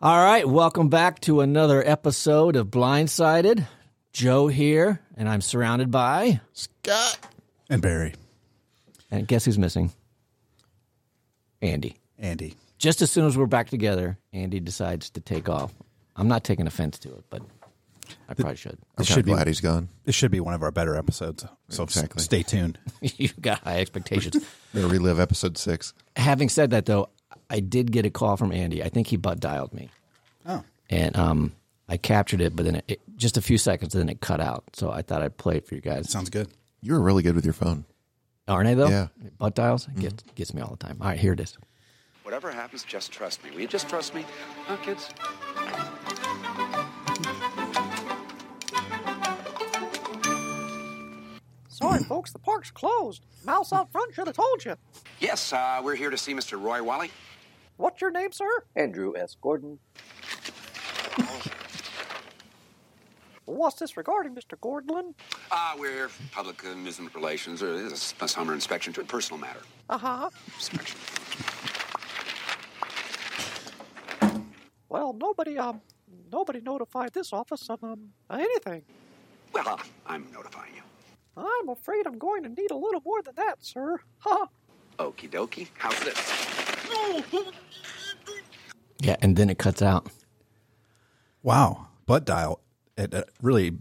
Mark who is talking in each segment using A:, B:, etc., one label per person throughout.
A: All right, welcome back to another episode of Blindsided. Joe here, and I'm surrounded by.
B: Scott and Barry,
A: And guess who's missing? Andy.
B: Andy.
A: Just as soon as we're back together, Andy decides to take off. I'm not taking offense to it, but I probably should.
B: It
C: I'm
B: should be.
C: glad he's gone.
B: It should be one of our better episodes. So s-
C: Exactly.
B: stay tuned.
A: you got high expectations.
C: Gonna relive episode six.
A: Having said that, though, I did get a call from Andy. I think he butt dialed me.
B: Oh,
A: And um, I captured it, but then it, it, just a few seconds, then it cut out. So I thought I'd play it for you guys.
B: sounds good.
C: You were really good with your phone.
A: Aren't I, though?
C: Yeah.
A: Butt dials? It gets, gets me all the time. All right, here it is.
D: Whatever happens, just trust me. Will you just trust me? Huh, kids?
E: Sorry, folks, the park's closed. Mouse out front should have told you.
D: Yes, uh, we're here to see Mr. Roy Wally.
E: What's your name, sir?
F: Andrew S. Gordon.
E: What's this regarding, Mr. Gordlin?
D: Uh, we're here for public amusement relations, or this is a summer inspection to a personal matter.
E: Uh huh.
D: Inspection.
E: Well, nobody, um, nobody notified this office of, um, anything.
D: Well, uh, I'm notifying you.
E: I'm afraid I'm going to need a little more than that, sir. Huh.
D: Okie dokie. How's this?
A: Yeah, and then it cuts out.
B: Wow, butt dial. It, uh, really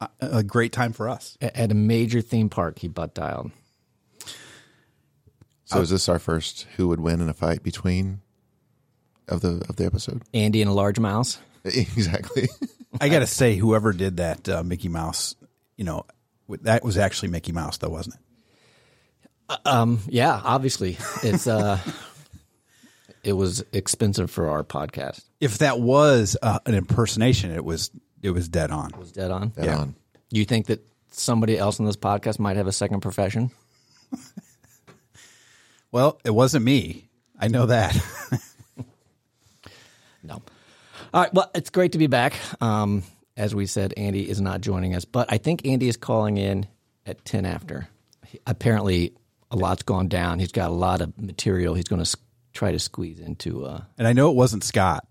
B: uh, a great time for us.
A: A- At a major theme park, he butt dialed.
C: So is this our first who would win in a fight between of the of the episode?
A: Andy and a large mouse.
C: exactly.
B: I got to say, whoever did that uh, Mickey Mouse, you know, w- that was actually Mickey Mouse, though, wasn't it?
A: Yeah, obviously. It's uh it was expensive for our podcast.
B: If that was uh, an impersonation, it was it was dead on.
A: It's dead on.
C: Dead on.
A: You think that somebody else in this podcast might have a second profession?
B: Well, it wasn't me. I know that.
A: No. All right, well, it's great to be back. Um as we said, Andy is not joining us, but I think Andy is calling in at 10 after. He- apparently a lot's gone down. He's got a lot of material he's going to try to squeeze into uh
B: and I know it wasn't Scott.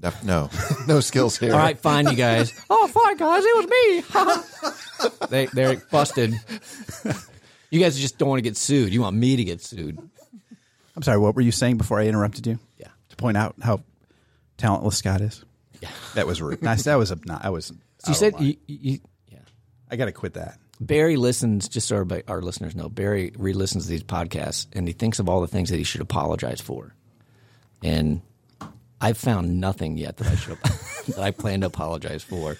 C: No, no, no skills here.
A: All right, fine, you guys. oh, fine, guys. It was me. they they're busted. You guys just don't want to get sued. You want me to get sued.
B: I'm sorry. What were you saying before I interrupted you?
A: Yeah.
B: To point out how talentless Scott is. Yeah. That was rude. nice. That was a. I was.
A: You said you, you, yeah.
B: I got to quit that.
A: Barry listens. Just so everybody, our listeners know, Barry re-listens to these podcasts and he thinks of all the things that he should apologize for. And I've found nothing yet that I should that I plan to apologize for.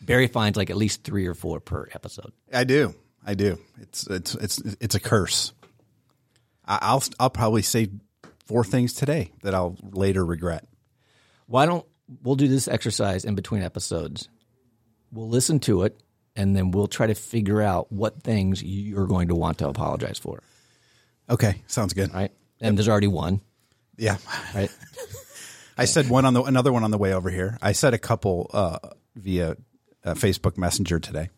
A: Barry finds like at least three or four per episode.
B: I do. I do. It's it's it's it's a curse. I, I'll I'll probably say four things today that I'll later regret.
A: why don't we'll do this exercise in between episodes we'll listen to it and then we'll try to figure out what things you're going to want to apologize for
B: Okay, sounds good.
A: right and there's already one
B: Yeah,
A: right
B: I said one on the another one on the way over here. I said a couple uh, via uh, Facebook Messenger today.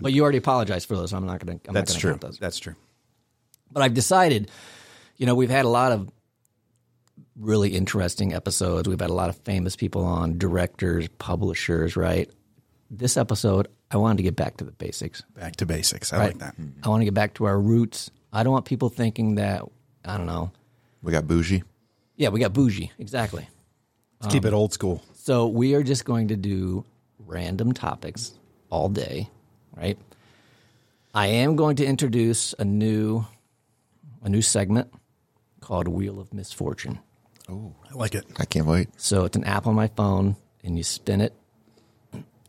A: but you already apologized for those i'm not going to
B: That's true.
A: count those.
B: That's true.
A: but i've decided you know we've had a lot of really interesting episodes we've had a lot of famous people on directors publishers right this episode i wanted to get back to the basics
B: Back to basics. I like that.
A: i want to get back to our roots i don't want people thinking that i don't know
C: We got bougie.
A: Yeah, we got bougie. Exactly.
B: Let's keep it
A: Um,
B: old school.
A: So we are just going to do random topics all day, right? I am going to introduce a new a new segment called Wheel of Misfortune.
B: I like it.
C: I can't wait.
A: So it's an app on my phone and you spin it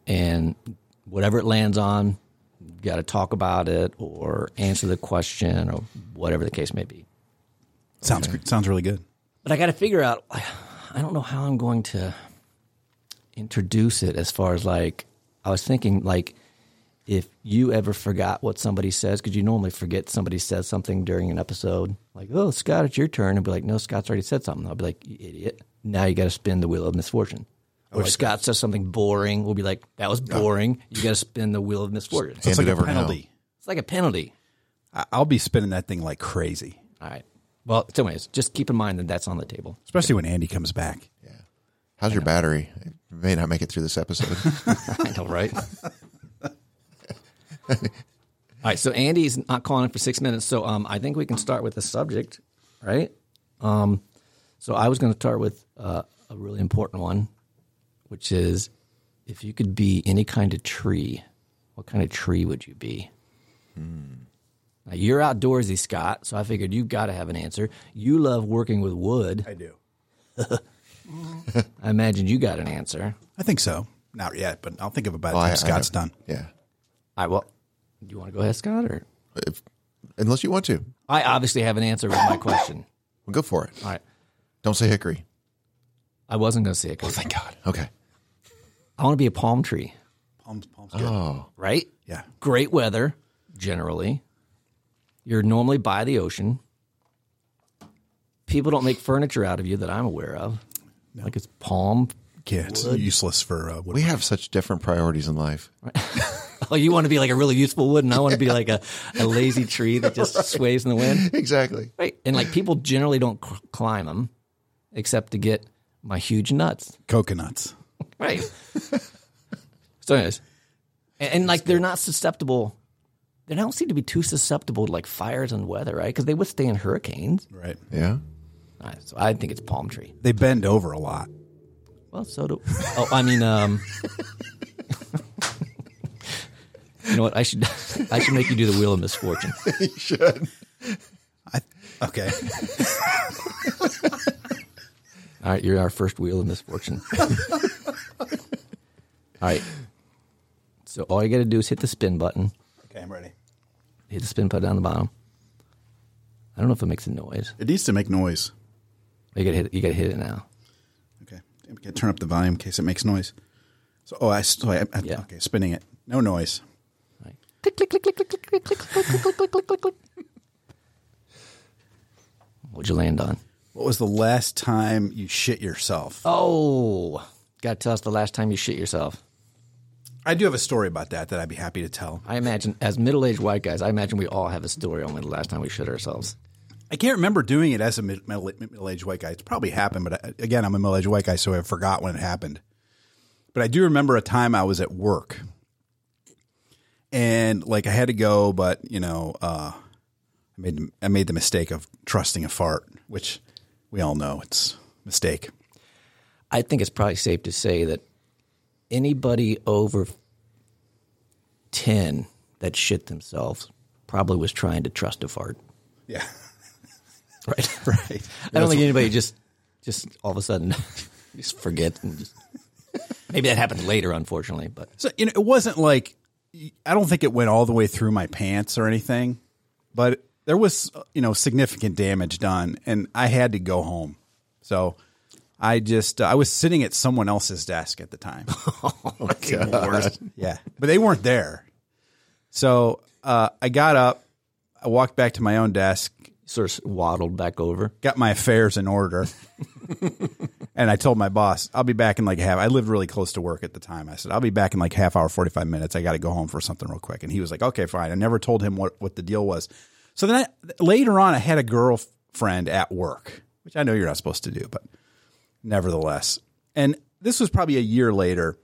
A: and whatever it lands on, you got to talk about it or answer the question or whatever the case may be.
B: Sounds gr- sounds really good.
A: But I got to figure out. I don't know how I'm going to introduce it. As far as like, I was thinking like, if you ever forgot what somebody says, because you normally forget somebody says something during an episode. Like, oh Scott, it's your turn, and be like, no, Scott's already said something. I'll be like, you idiot. Now you got to spin the wheel of misfortune. Or if Scott says something boring, we'll be like, that was boring. You got to spin the wheel of misfortune.
B: It's
C: Hand
B: like
C: it
B: a
C: over now.
B: penalty.
A: It's like a penalty.
B: I- I'll be spinning that thing like crazy,
A: All right. Well, anyways, just keep in mind that that's on the table.
B: especially when Andy comes back. Yeah.
C: How's your battery? It may not make it through this episode.
A: I know, right? All right, so Andy's not calling in for six minutes, so um, I think we can start with the subject, right? Um, so I was going to start with uh, a really important one, which is if you could be any kind of tree, what kind of tree would you be? Now, you're outdoorsy, Scott, so I figured you've got to have an answer. You love working with wood.
B: I do.
A: I imagine you got an answer.
B: I think so. Not yet, but I'll think of it by the
C: Oh, I-
B: time
C: I
B: Scott's
C: know.
B: done.
C: Yeah.
A: All right, well, do you want to go ahead, Scott, or?
C: If, unless you want to,
A: I obviously have an answer with my question.
C: well, go for it.
A: All right.
C: Don't say hickory.
A: I wasn't going to say it. 'cause
C: Thank God. Okay.
A: I want to be a palm tree,
B: Palms, palms good.
C: Oh,
A: right?
B: Yeah.
A: Great weather, generally. You're normally by the ocean. People don't make furniture out of you that I'm aware of. Like it's palm.
B: Yeah, it's useless for uh, wood.
C: we have such different priorities in life.
A: Oh, you want to be like a really useful wood, and I want to be like a, a lazy tree that just sways in the wind.
C: Exactly.
A: Right. And like people generally don't c- climb them except to get my huge nuts.
B: coconuts.
A: Right. so, anyways, and, and, like they're not susceptible. They don't seem to be too susceptible to like fires and weather, right? Because they withstand hurricanes.
B: Right.
C: Yeah.
A: All right, so I think it's palm tree.
B: They bend over a lot.
A: Well, so do. Oh, I mean, um, you know what? I should I should make you do the wheel of misfortune.
B: I, okay.
A: All right, you're our first wheel of misfortune. all right. So all you got to do is hit the spin button.
B: okay, I'm ready.
A: Hit the spin button down the bottom. I don't know if it makes a noise.
B: It needs to make noise.
A: You gotta hit. You gotta hit it now.
B: Okay. Damn, okay, Turn up the volume in case it makes noise. So, oh, I, so I, I-
A: Yeah.
B: okay, spinning it. No noise.
A: Right. Click click click click click click click click click click click click click click click. What'd you land on?
B: What was the last time you shit yourself?
A: Oh, gotta tell us the last time you shit yourself.
B: I do have a story about that that I'd be happy to tell.
A: I imagine, as middle-aged white guys, I imagine we all have a story on when the last time we shit ourselves.
B: I can't remember doing it as a mid- middle, middle aged white guy. It's probably happened, but I, again, I'm a middle aged white guy, so I forgot when it happened. But I do remember a time I was at work and like I had to go, but you know, uh, I made, I made the mistake of trusting a fart, which we all know it's a mistake.
A: I think it's probably safe to say that anybody over ten that shit themselves probably was trying to trust a fart.
B: Yeah.
A: Right.
B: Right.
A: I don't think anybody just just all of a sudden just forget and just maybe that happened later, unfortunately. But
B: So you know, it wasn't like I don't think it went all the way through my pants or anything, but there was you know significant damage done, and I had to go home. So I just I was sitting at someone else's desk at the time. yeah, but they weren't there. So uh, I got up, I walked back to my own desk,
A: sort of waddled back over.
B: got my affairs in order. and I told my boss, I'll be back in like half. I lived really close to work at the time. I said, I'll be back in like half hour, 45 minutes. I got to go home for something real quick. And he was like, okay, fine. I never told him what, what the deal was. So then I, later on, I had a girlfriend at work, which I know you're not supposed to do, but nevertheless. And this was probably a year later.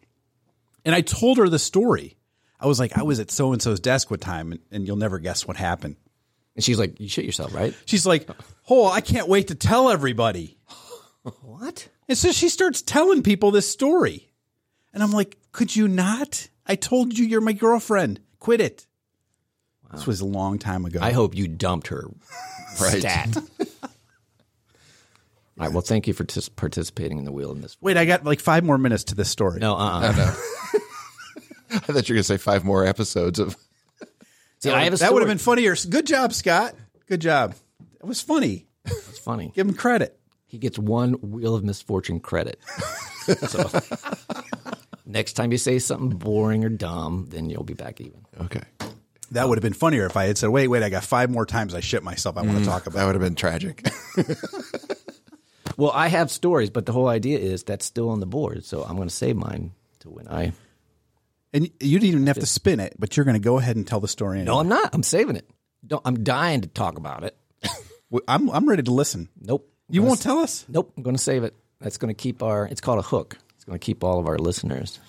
B: And I told her the story. I was like, I was at so and so's desk one time, and, and you'll never guess what happened.
A: And she's like, You shit yourself, right?
B: She's like, Oh, I can't wait to tell everybody.
A: What?
B: And so she starts telling people this story. And I'm like, could you not? I told you you're my girlfriend. Quit it. This was a long time ago.
A: I hope you dumped her.
C: Right.
A: Stat. all right. Well, thank you for tis- participating in the wheel in this.
B: Wait, I got like five more minutes to this story.
A: No,
B: Uh,
A: uh-uh.
C: I thought you were going to say five more episodes of.
A: See, I have a
B: that would have
A: story.
B: been funnier. Good job, Scott. Good job. That was funny.
A: It's funny.
B: Give him credit.
A: He gets one wheel of misfortune credit. so next time you say something boring or dumb, then you'll be back even.
C: Okay.
B: That would have been funnier if I had said, wait, wait, I got five more times I shit myself. I want to talk
C: That
B: about
C: would have been tragic.
A: Well, I have stories, but the whole idea is that's still on the board, so I'm going to save mine to when I.
B: And you didn't even have to spin it, but you're going to go ahead and tell the story. Anyway.
A: No, I'm not. I'm saving it. Don't, I'm dying to talk about it.
B: I'm, I'm ready to listen.
A: Nope.
B: You won't tell us?
A: Nope. I'm going to save it. That's going to keep our. It's called a hook. It's going to keep all of our listeners.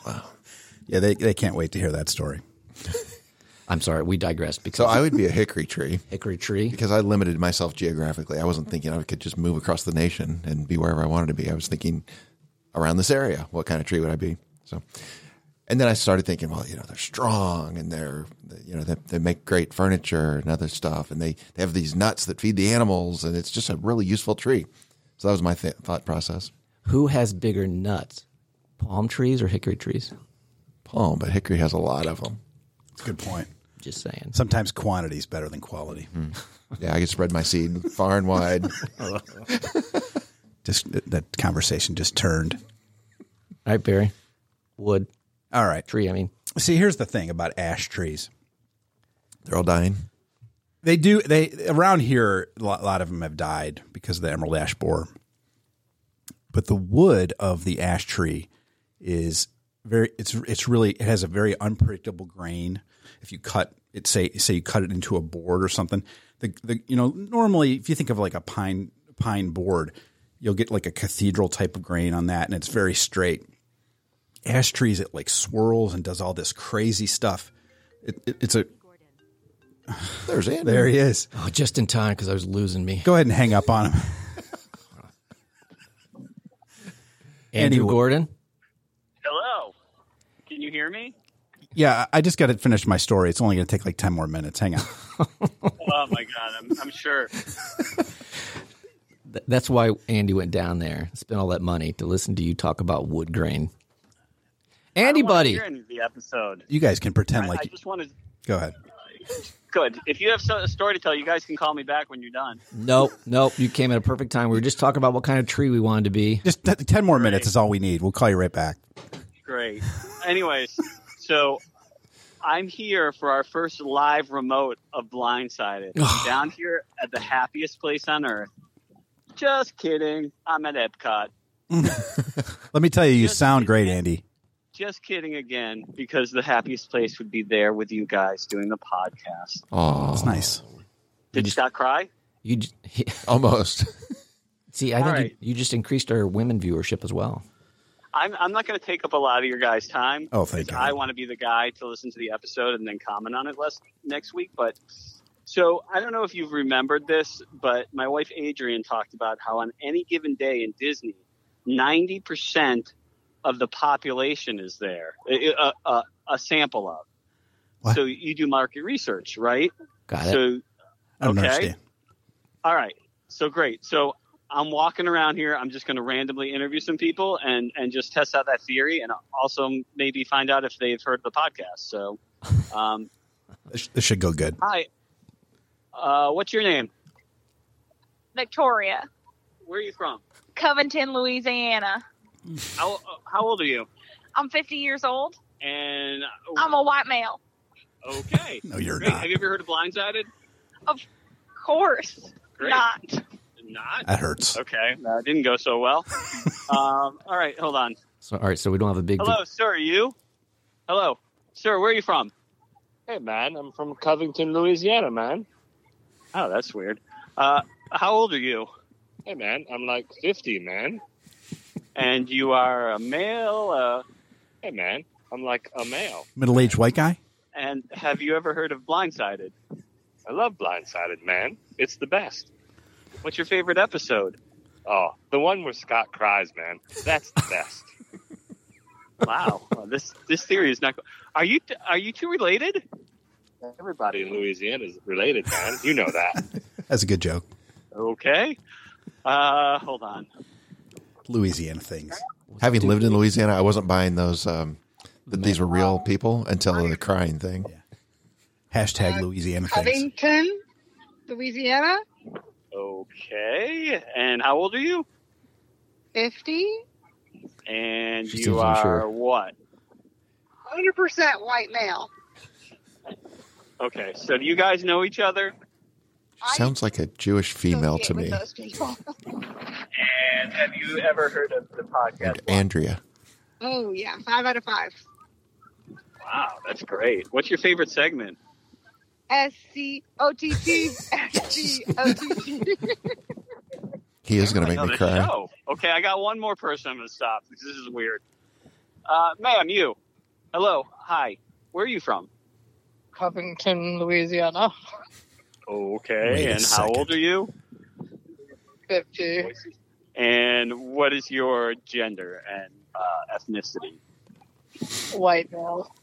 B: Yeah, they, they can't wait to hear that story.
A: I'm sorry, we digress because
C: So I would be a hickory tree
A: hickory tree.
C: because I limited myself geographically. I wasn't thinking I could just move across the nation and be wherever I wanted to be. I was thinking around this area, what kind of tree would I be? So, and then I started thinking, well, you know, they're strong and they're, you know, they, they make great furniture and other stuff, and they, they have these nuts that feed the animals, and it's just a really useful tree. So that was my th- thought process.
A: Who has bigger nuts, palm trees or hickory trees?
C: Palm, but hickory has a lot of them.
B: It's a good point.
A: Just saying.
B: Sometimes quantity is better than quality.
C: Yeah, I could spread my seed far and wide.
B: Just that- that conversation just turned.
A: All right, Barry. Wood
B: All right.
A: tree. I mean,
B: See, here's the thing about ash trees.
C: They're all dying.
B: They do they around here a lot, lot of them have died because of the emerald ash borer. But the wood of the ash tree is very it's it's really it has a very unpredictable grain. If you cut it say say you cut it into a board or something, the the you know normally if you think of like a pine pine board, you'll get like a cathedral type of grain on that and it's very straight ash trees it like swirls and does all this crazy stuff it, it, it's a
C: There's Andrew.
B: there he is
A: oh, just in time because I was losing me.
B: go ahead and hang up on him
A: Andrew
B: Andy-
A: Gordon.
F: Hello. Can you hear me?
B: yeah i I just got to finish my story it's only going to take like 10 more minutes hang on
F: Oh my god, I'm, I'm sure.
A: Th- That's why Andy went down there, spent all that money to listen to you talk about wood grain. Andy, buddy.
F: You're in the episode.
B: you guys can pretend
F: I
B: like
F: just wanted.
B: go ahead
F: Good. If you have so- a story to tell, you guys can call me back when you're done.
A: Nope, nope. You came at a perfect time. We were just talking about what kind of tree we wanted to be.
B: just t- 10 more minutes is all we need we'll call you right back
F: Great. Anyways, so I'm here for our first live remote of Blindsided. I'm down here at the happiest place on earth. Just kidding. I'm at Epcot.
B: let me tell you you
F: Just-
B: sound great andy
F: Just kidding again, because the happiest place would be there with you guys doing the podcast.
C: Oh, Aw,
B: it's nice
F: Did you not cry?
A: You j- he-
C: almost.
A: see, I
F: All
A: think
F: right.
A: you, you just increased our women viewership as well.
F: I'm, I'm not going to take up a lot of your guys' time.
B: Oh, thank
F: because I
B: God.
F: want to be the guy to listen to the episode and then comment on it less, next week. But so I don't know if you've remembered this, but my wife Adrian talked about how on any given day in Disney, 90% of the population is there, a, a, a- a sample of.
B: What?
F: So you do market research, right?
A: Got it.
F: So
B: i don't
F: Okay.
B: understand
F: all right. So great. So I'm walking around here. I'm just going to randomly interview some people and and just test out that theory, and also maybe find out if they've heard of the podcast. So, um,
B: this sh- this should go good
F: hi. Uh, what's your name?
G: Victoria,
F: Where are you from?
G: Covington, Louisiana.
F: How how old are you?
G: I'm 50 years old.
F: And uh,
G: I'm a white male.
F: okay.
B: no you're
F: Great.
B: not
F: Have you ever heard of Blindsided?
G: Of course.
F: Great.
G: Not.
F: Not.
B: that hurts
F: Okay. That didn't go so well. um, all right. Hold on.
A: So, all right, so we don't have a big.
F: Hello, sir. Are you? Hello, sir. Where are you from?
H: Hey man, I'm from Covington, Louisiana, man.
F: Oh, that's weird. Uh, how old are you?
H: Hey man, I'm like 50, man.
F: and you are a male. Uh,
H: Hey man, I'm like a male.
B: middle-aged white guy
F: and have you ever heard of Blindsided?
H: I love Blindsided, man. It's the best.
F: What's your favorite episode?
H: Oh, the one where Scott cries, man. That's the best.
F: Wow, Well, this this theory is not. Are you are you two related?
H: Everybody in Louisiana is related, man. You know that.
B: that's a good joke
F: Okay. Uh, hold on.
B: louisiana things
C: Having lived in Louisiana, I wasn't buying those. Um, that these were real people until the crying thing.
B: hashtag louisiana things
I: Covington, Louisiana,
F: Okay. And how old are you?
I: 50,
F: And
A: She
F: you
A: seems
F: are
A: unsure.
F: what?
I: 100% white male.
F: Okay. So do you guys know each other?
I: I
C: Sounds like a Jewish female to
I: associate with
C: me.
I: those people.
F: And have you ever heard of the podcast?
C: And Andrea.
I: Oh, yeah, five out of five.
F: Wow, that's great. What's your favorite segment?
I: S C O T T S C O T T.
C: He is going to make
F: No,
C: me
F: this
C: cry.
F: show. Okay, I got one more person I'm going to stop because this is weird. Uh, ma'am, you. Hello. Hi. Where are you from?
J: Covington, Louisiana.
F: Okay.
B: Wait a
F: and how old
B: second.
F: are you?
J: 50.
F: And what is your gender and uh, ethnicity?
J: White male.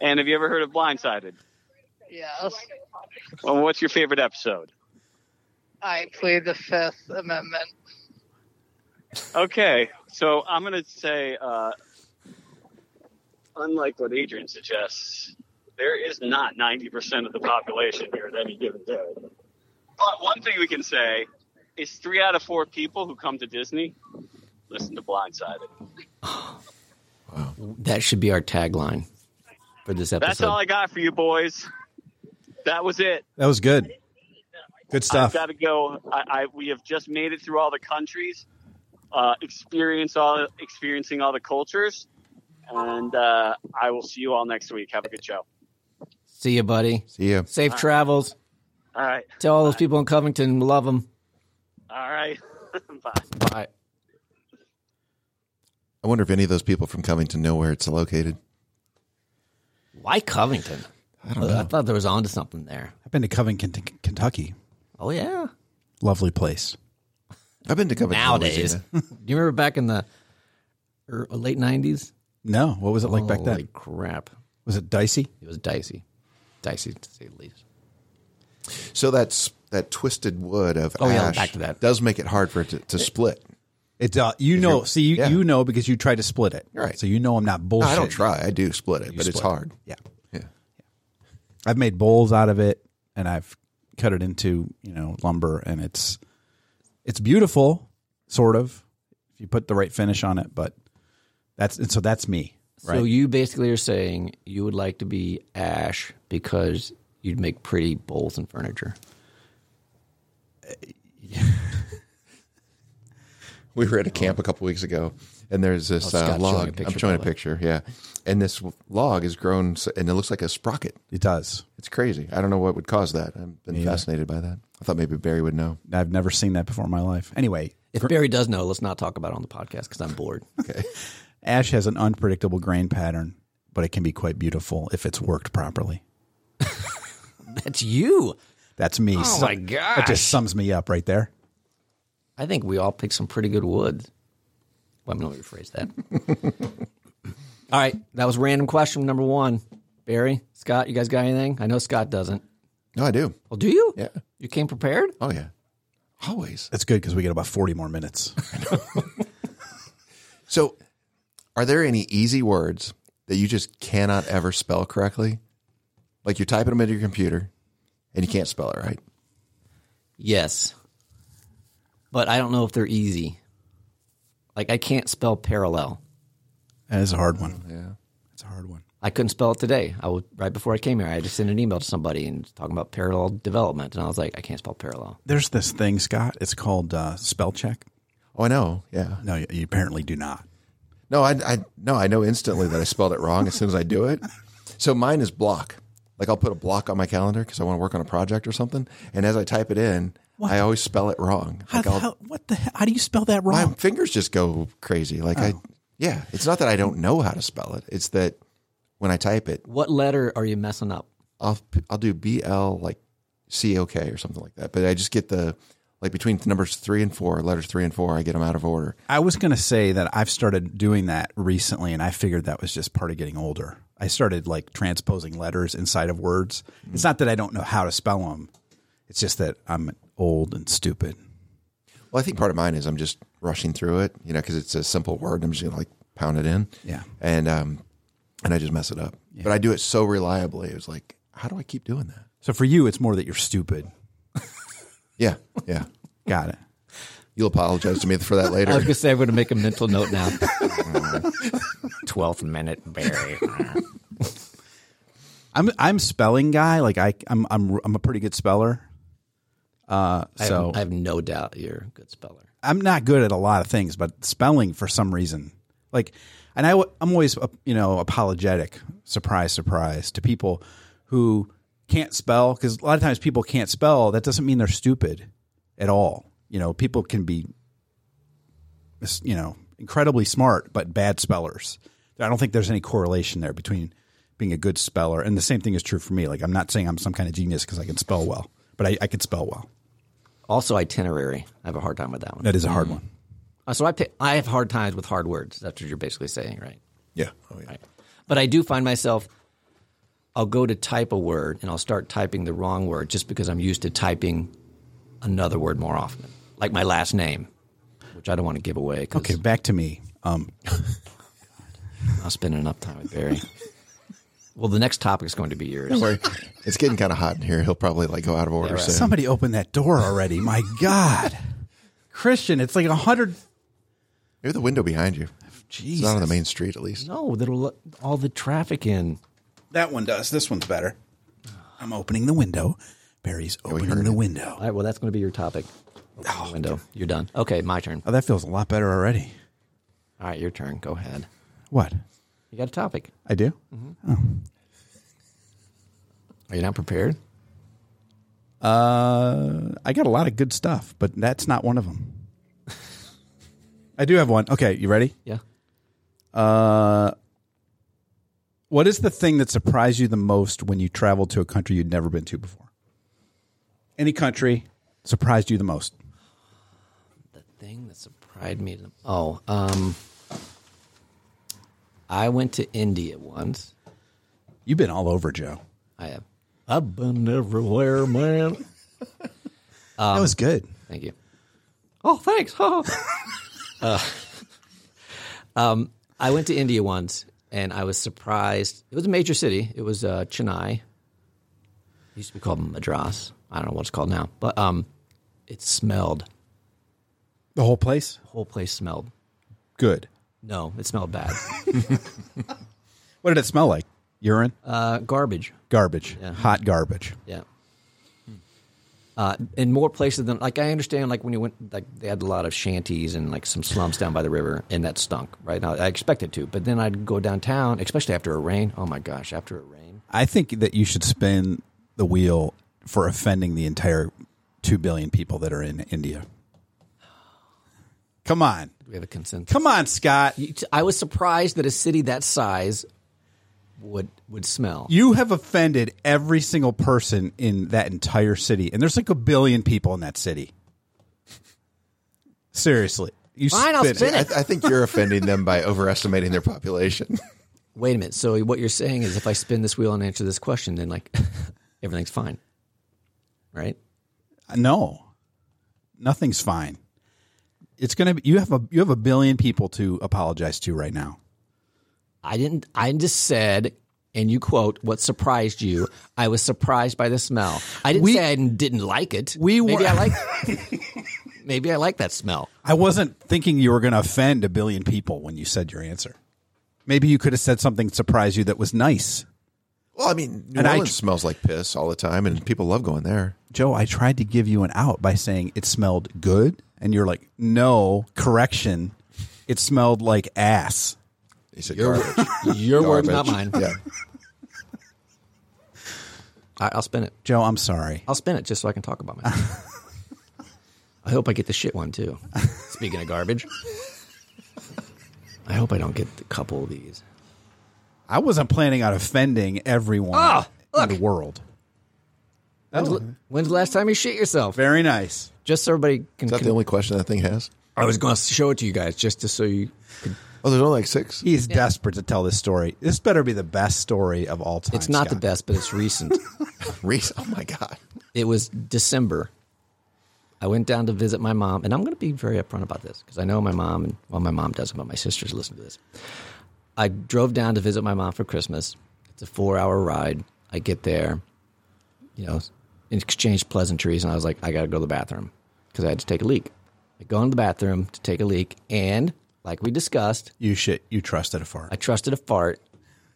F: And have you ever heard of Blindsided?
J: Yes.
F: Well, what's your favorite episode?
J: I plead the Fifth Amendment.
F: Okay, so I'm going to say, uh, unlike what Adrian suggests, there is not 90% of the population here at any given day. But one thing we can say is three out of four people who come to Disney listen to Blindsided.
A: That should be our tagline for this episode.
F: That's all I got for you boys. That was it.
B: That was good. Good
F: I've
B: stuff.
F: got to go. I, I we have just made it through all the countries, uh, experience all experiencing all the cultures, and uh, I will see you all next week. Have a good show.
A: See you, buddy.
C: See you.
A: Safe travels.
F: All right,
A: Tell all those people in Covington we love them.
F: all right, bye.
A: Bye.
C: I wonder if any of those people from Covington know where it's located.
A: Why Covington? I don't know. I thought there was onto something there.
B: I've been to Covington, K- Kentucky.
A: Oh yeah.
B: Lovely place.
C: I've been to Covington.
A: Nowadays,
C: Louisiana.
A: do you remember back in the er, late nineties?
B: No, what was it like back then?
A: Holy crap!
B: Was it dicey?
A: It was dicey, dicey to say the least.
C: So that's that twisted wood of
A: Oh, yeah,
C: ash
A: back to that.
C: does make it hard for it to, to split.
B: It uh, you know.
C: you're-
B: See, you,
C: yeah.
B: you know because you tried to split it.
C: Right.
B: So you know I'm not bullshit.
C: I don't try. I do split it, but it's
B: split it.
C: hard.
B: Yeah.
C: Yeah.
B: I've made bowls out of it, and I've cut it into you know lumber, and it's it's beautiful, sort of, if you put the right finish on it. But that's and so that's me, right?
A: So you basically are saying you would like to be Ash because you'd make pretty bowls and furniture.
C: We were at a camp a couple weeks ago, and there's this uh,
A: Scott's Oh. showing a
C: log.
A: picture,
C: I'm showing a
A: by the way.
C: picture. Yeah, and this log is grown, s- and it looks like a sprocket.
B: it does.
C: It's crazy. I don't know what would cause that. I've been fascinated by that. I thought maybe Barry would know.
B: I've never seen that before in my life. Anyway,
A: If Barry does know, let's not talk about it on the podcast because I'm bored.
B: ash has an unpredictable grain pattern, but it can be quite beautiful if it's worked properly.
A: That's you.
B: That's me. Oh
A: my
B: That just sums me up right there.
A: I think we all picked some pretty good wood. Let me know how you phrase that. all right, that was random question number one. Barry, Scott, you guys got anything? I know Scott doesn't.
C: No, I do.
A: Well, do you?
C: Yeah.
A: You came prepared?
C: Oh yeah. Always.
B: That's good because we get about forty more minutes.
C: So, are there any easy words that you just cannot ever spell correctly? Like you're typing them into your computer, and you can't spell it right.
A: Yes. But I don't know if they're easy. Like, I can't spell parallel.
B: That is a hard one.
C: Yeah.
B: It's a hard one.
A: I couldn't spell it today. I was right before I came here. I just sent an email to somebody and it's talking about parallel development, and I was like, I can't spell parallel.
B: There's this thing, Scott. It's called uh, spell check.
C: Oh, I know. Yeah.
B: No, you, you apparently do not.
C: No, I, I no, I know instantly that I spelled it wrong as soon as I do it. So mine is block. Like I'll put a block on my calendar because I want to work on a project or something, and as I type it in, I always spell it wrong.
B: How,
C: Like I'll,
B: how, what the? How do you spell that
C: my
B: wrong?
C: fingers just go crazy. Like I, yeah, it's not that I don't know how to spell it. It's that when I type it,
A: What letter are you messing up?
C: I'll I'll do B L like C O K or something like that. But I just get the like between numbers three and four, letters three and four, I get them out of order.
B: I was going to say that I've started doing that recently, and I figured that was just part of getting older. I started like transposing letters inside of words. It's not that I don't know how to spell them. It's just that I'm old and stupid.
C: Well, I think part of mine is I'm just rushing through it, you know, because it's a simple word. I'm just gonna like pound it in.
B: Yeah.
C: and um, and I just mess it up. But I do it so reliably. It was like, how do I keep doing that?
B: So for you, it's more that you're stupid.
C: Yeah, yeah.
B: Got it.
C: You'll apologize to me for that
A: I was
C: later.
A: gonna say I'm gonna make a mental note now. Twelfth minute Barry.
B: I'm I'm spelling guy. Like I I'm I'm I'm a pretty good speller. Uh,
A: I,
B: so
A: have, I have no doubt you're a good speller.
B: I'm not good at a lot of things, but spelling for some reason, like, and I, am always, uh, you know, apologetic, surprise, surprise to people who can't spell. Cause a lot of times people can't spell. That doesn't mean they're stupid at all. you know, people can be, mis- you know, incredibly smart but bad spellers. I don't think there's any correlation there between being a good speller and the same thing is true for me. Like I'm not saying I'm some kind of genius because I can spell well, but I, I can spell well.
A: Also, itinerary. I have a hard time with that one.
B: That is a hard one.
A: Uh, So I pick, I have hard times with hard words. That's what you're basically saying, right?
C: Yeah. Oh, yeah.
A: But I do find myself, I'll go to type a word and I'll start typing the wrong word just because I'm used to typing another word more often, like my last name, which I don't want to give away. 'cause
B: Okay, back to me. Um,
A: I'll spend enough time with Barry. well, the next topic is going to be yours.
C: Don't worry. it's getting kind of hot in here. He'll probably like go out of order
A: Yeah, right.
C: soon.
B: somebody opened that door already. My God, Christian, it's like a hundred.
C: Maybe the window behind you. It's not on the
B: Jesus,
C: main street, at least.
A: No, that'll let all the traffic in.
B: that one does. This one's better. I'm opening the window. Barry's opening the
A: All
B: window.
A: right, well, that's going to be your topic. Open
C: Oh,
A: the window. You're done. Okay, my turn.
B: Oh, that feels a lot better already.
A: All right, your turn. Go ahead.
B: What?
A: You got a topic.
B: I do.
A: Are you not prepared?
B: Uh, I got a lot of good stuff, but that's not one of them. I do have one. Okay, you ready?
A: Yeah.
B: Uh, what is the thing that surprised you the most when you traveled to a country you'd never been to before? Any country surprised you the most?
A: The thing that surprised me. the- Oh, um, I went to India once.
B: You've been all over, Joe.
A: I have. I've been everywhere, man.
B: that was good.
A: Thank you. Oh, thanks. uh, um, I went to India once, and I was surprised. It was a major city. It was uh, Chennai. It used to be called Madras. I don't know what it's called now, but um, it smelled.
B: The whole place?
A: The whole place smelled.
B: Good.
A: No, it smelled bad.
B: What did it smell like? Urine?
A: uh, garbage.
B: garbage. Hot garbage.
A: Yeah. Uh, in more places than like I understand, like when you went, like they had a lot of shanties and like some slums down by the river, and that stunk. Right now, I expected to, but then I'd go downtown, especially after a rain. Oh my gosh, after a rain,
B: I think that you should spin the wheel for offending the entire 2 billion people that are in India. Come on.
A: we have a consensus.
B: Come on, Scott.
A: You- I was surprised that a city that size would would smell.
B: You have offended every single person in that entire city. And there's like a billion people in that city. Seriously. You
A: Fine, I'll spin
C: I,
A: it.
C: I think you're offending them by overestimating their population.
A: Wait a minute. So what you're saying is, if I spin this wheel and answer this question, then like everything's fine, right?
B: No. Nothing's fine. It's going to be you have a you have a billion people to apologize to right now.
A: I didn't. I just said, and you quote, "What surprised you? I was surprised by the smell. I didn't
B: We-
A: say I didn't, didn't like it.
B: We
A: maybe
B: were-
A: I like. maybe I like that smell.
B: I wasn't thinking you were going to offend a billion people when you said your answer. Maybe you could have said something that surprised you that was nice.
C: Well, I mean, New
B: And I
C: Orleans
B: tr-
C: smells like piss all the time, and people love going there.
B: Joe, I tried to give you an out by saying it smelled good. And you're like, no, correction. It smelled like ass.
C: He said,
A: Your,
C: garbage.
A: your words, not mine.
C: Garbage. Yeah.
A: I, I'll spin it.
B: Joe, I'm sorry.
A: I'll spin it just so I can talk about myself. I hope I get the shit one too. Speaking of garbage, I hope I don't get a couple of these.
B: I wasn't planning on offending everyone
A: Ah,
B: in the world.
A: When's, when's the last time you shit yourself?
B: Very nice.
A: Just so everybody can.
C: Is that
A: can-
C: the only question that thing has?
A: I was going to show it to you guys just to so you could
C: Oh, there's only like six.
B: He's desperate to tell this story. This better be the best story of all time.
A: It's not the
B: Scott.
A: best, but it's recent.
C: Reese. Oh my god.
A: it was December. I went down to visit my mom, and I'm going to be very upfront about this because I know my mom, and well, my mom doesn't, but my sisters listen to this. I drove down to visit my mom for Christmas. It's a four hour ride. I get there, you know, and exchange pleasantries, and I was like, I got to go to the bathroom because I had to take a leak. I go into the bathroom to take a leak, and like we discussed,
B: You shit. You trusted a fart.
A: I trusted a fart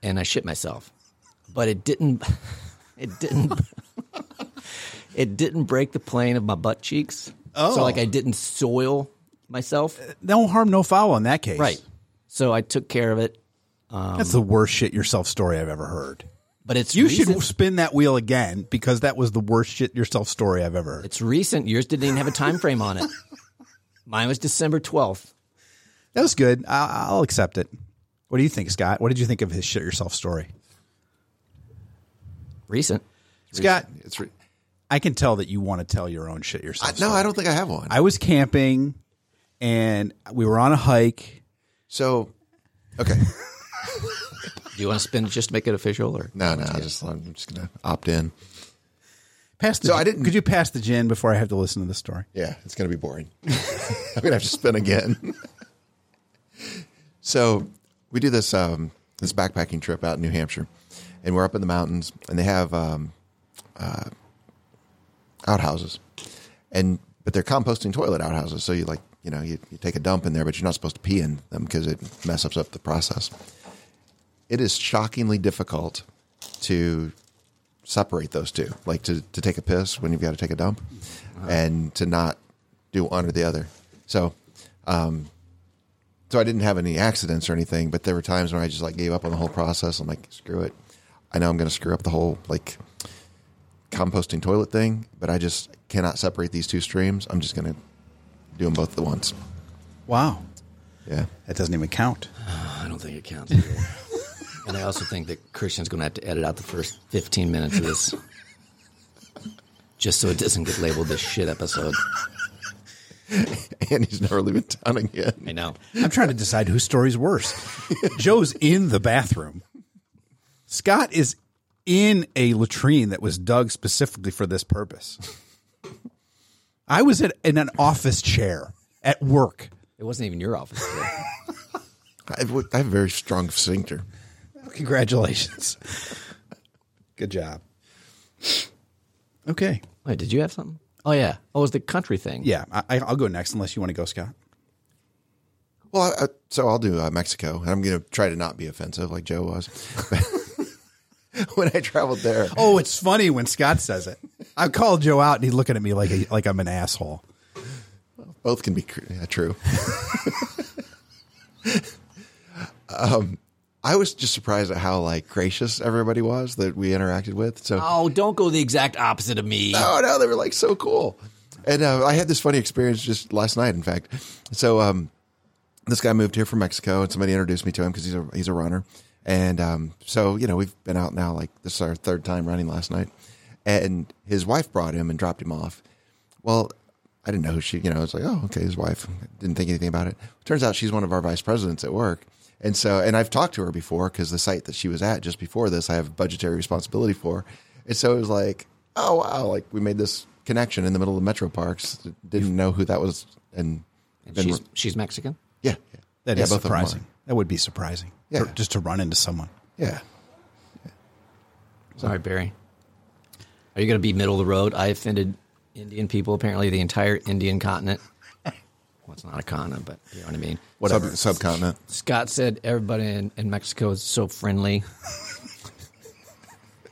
A: and I shit myself. But it didn't it didn't it didn't break the plane of my butt cheeks.
B: Oh.
A: So like I didn't soil myself.
B: no harm, no foul in that case.
A: Right. So I took care of it.
B: That's the worst shit yourself story I've ever heard.
A: But it's
B: you
A: recent-
B: should spin that wheel again because that was the worst shit yourself story I've ever heard.
A: It's recent. Yours didn't even have a time frame on it. Mine was December twelfth.
B: That was good. I, I'll accept it. What do you think, Scott? What did you think of his shit yourself story?
A: Recent.
B: Scott,
C: it's re-
B: I can tell that you want to tell your own shit yourself.
C: I- no, I don't think I have one.
B: I was camping and we were on a hike.
C: So, okay.
A: Do you want to spin just to make it official or
C: No, no, I just, I'm just going to opt in.
B: Pass the
C: So I didn't-
B: Could you pass the gin before I have to listen to the story?
C: Yeah, it's going to be boring. I'm going to have to spin again. so we do this um, this backpacking trip out in New Hampshire, and we're up in the mountains, and they have um, uh, outhouses, and but they're composting toilet outhouses. So you like you know you, you take a dump in there, but you're not supposed to pee in them because it messes up the process. It is shockingly difficult to separate those two, like to, to take a piss when you've got to take a dump Uh-huh. and to not do one or the other. So, um, so I didn't have any accidents or anything, but there were times when I just like gave up on the whole process. I'm like, screw it. I know I'm going to screw up the whole like composting toilet thing, but I just cannot separate these two streams. I'm just going to do them both at once.
B: Wow.
C: Yeah.
B: That doesn't even count.
A: I don't think it counts. Either. and I also think that Christian's going to have to edit out the first 15 minutes of this just so it doesn't get labeled this shit episode.
C: And he's never leaving town again.
A: I know.
B: I'm trying to decide whose story's worse. Joe's in the bathroom. Scott is in a latrine that was dug specifically for this purpose. I was at, in an office chair at work.
A: It wasn't even your office. Joe.
C: I have, I have a very strong sphincter.
B: Congratulations. Good job. Okay.
A: Wait, did you have something? Oh, yeah. Oh, it was the country thing.
B: Yeah, I, I- I'll go next unless you want to go, Scott.
C: Well, I, I, so I'll do uh, Mexico, and I'm going to try to not be offensive like Joe was. when I traveled there,
B: Oh, it's funny when Scott says it. I called Joe out and he's looking at me like a, like I'm an asshole.
C: both can be cr- yeah, true. um, Um, I was just surprised at how like gracious everybody was that we interacted with. So
A: Oh, don't go the exact opposite of me.
C: oh no, they were like so cool. And uh, I had this funny experience just last night, in fact. So um, this guy moved here from Mexico, and somebody introduced me to him because he's a he's a runner. And um, so you know we've been out now like this is our third time running last night, and his wife brought him and dropped him off. Well, I didn't know who she. You know, I was like, oh, okay, his wife. Didn't think anything about it. Turns out she's one of our vice presidents at work. And so, and I've talked to her before because the site that she was at just before this, I have budgetary responsibility for. And so it was like, oh wow, like we made this connection in the middle of Metro Parks. Didn't know who that was, and,
A: And
C: been-
A: she's, she's Mexican?
C: yeah, yeah.
B: That is
C: yeah, both of them are.
B: surprising. That would be surprising.
C: Yeah.
B: For- Just to run into someone.
C: Yeah.
A: Sorry, Barry. Are you going to be middle of the road? I offended Indian people, apparently, the entire Indian continent. Well, it's not a continent, but you know what I mean.
C: Whatever. subcontinent.
A: Scott said everybody in, in Mexico is so friendly.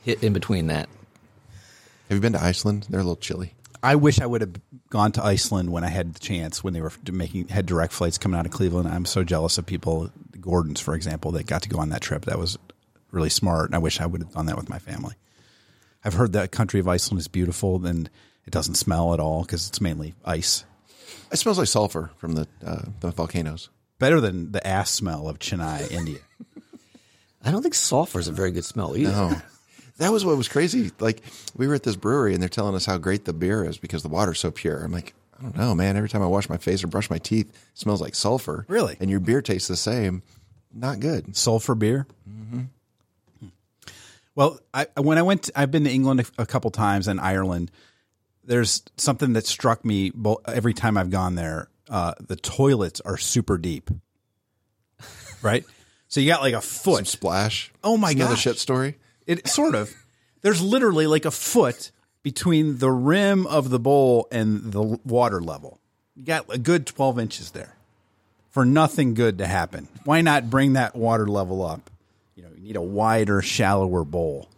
A: Hit in between that.
C: Have you been to Iceland? They're a little chilly.
B: I wish I would have gone to Iceland when I had the chance when they were making had direct flights coming out of Cleveland. I'm so jealous of people, Gordon's for example, that got to go on that trip. That was really smart, and I wish I would have done that with my family. I've heard that country of Iceland is beautiful, and it doesn't smell at all because it's mainly ice.
C: It smells like sulfur from the uh, the volcanoes.
B: Better than the ass smell of Chennai, India.
A: I don't think sulfur is a very good smell either.
C: Oh, that was what was crazy. Like we were at this brewery and they're telling us how great the beer is because the water's so pure. I'm like, I don't know, man. Every time I wash my face or brush my teeth, it smells like sulfur.
B: Really?
C: And your beer tastes the same. Not good.
B: sulfur beer. Hmm. Well, I when I went, I've been to England a, a couple times and Ireland. There's something that struck me bo- every time I've gone there. Uh, the toilets are super deep, right? So you got like a
C: Some
B: foot.
C: splash.
B: Oh my
C: It's Another
B: gosh.
C: shit story.
B: It sort of. There's literally like a foot between the rim of the bowl and the l- water level. You got a good 12 inches there for nothing good to happen. Why not bring that water level up? You know, you need a wider, shallower bowl.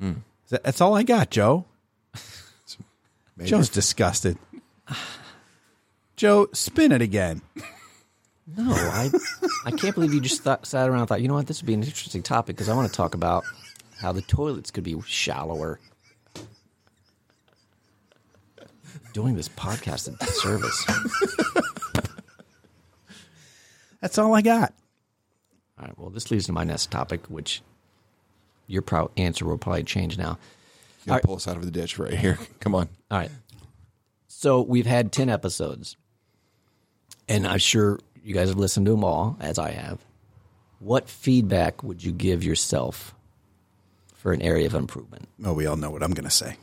B: That- That's all I got, Joe.
C: Maybe.
B: Joe's disgusted. Joe, spin it again.
A: No, I, I can't believe you just thought, sat around and thought, you know what, this would be an interesting topic because I want to talk about how the toilets could be shallower. Doing this podcast a disservice.
B: That's all I got.
A: All right. Well, this leads to my next topic, which your pro- answer will probably change now.
C: You gotta pull us out of the ditch right here. Come on.
A: All right. So we've had 10 episodes, and I'm sure you guys have listened to them all, as I have. What feedback would you give yourself for an area of improvement?
B: Oh, we all know what I'm going to say.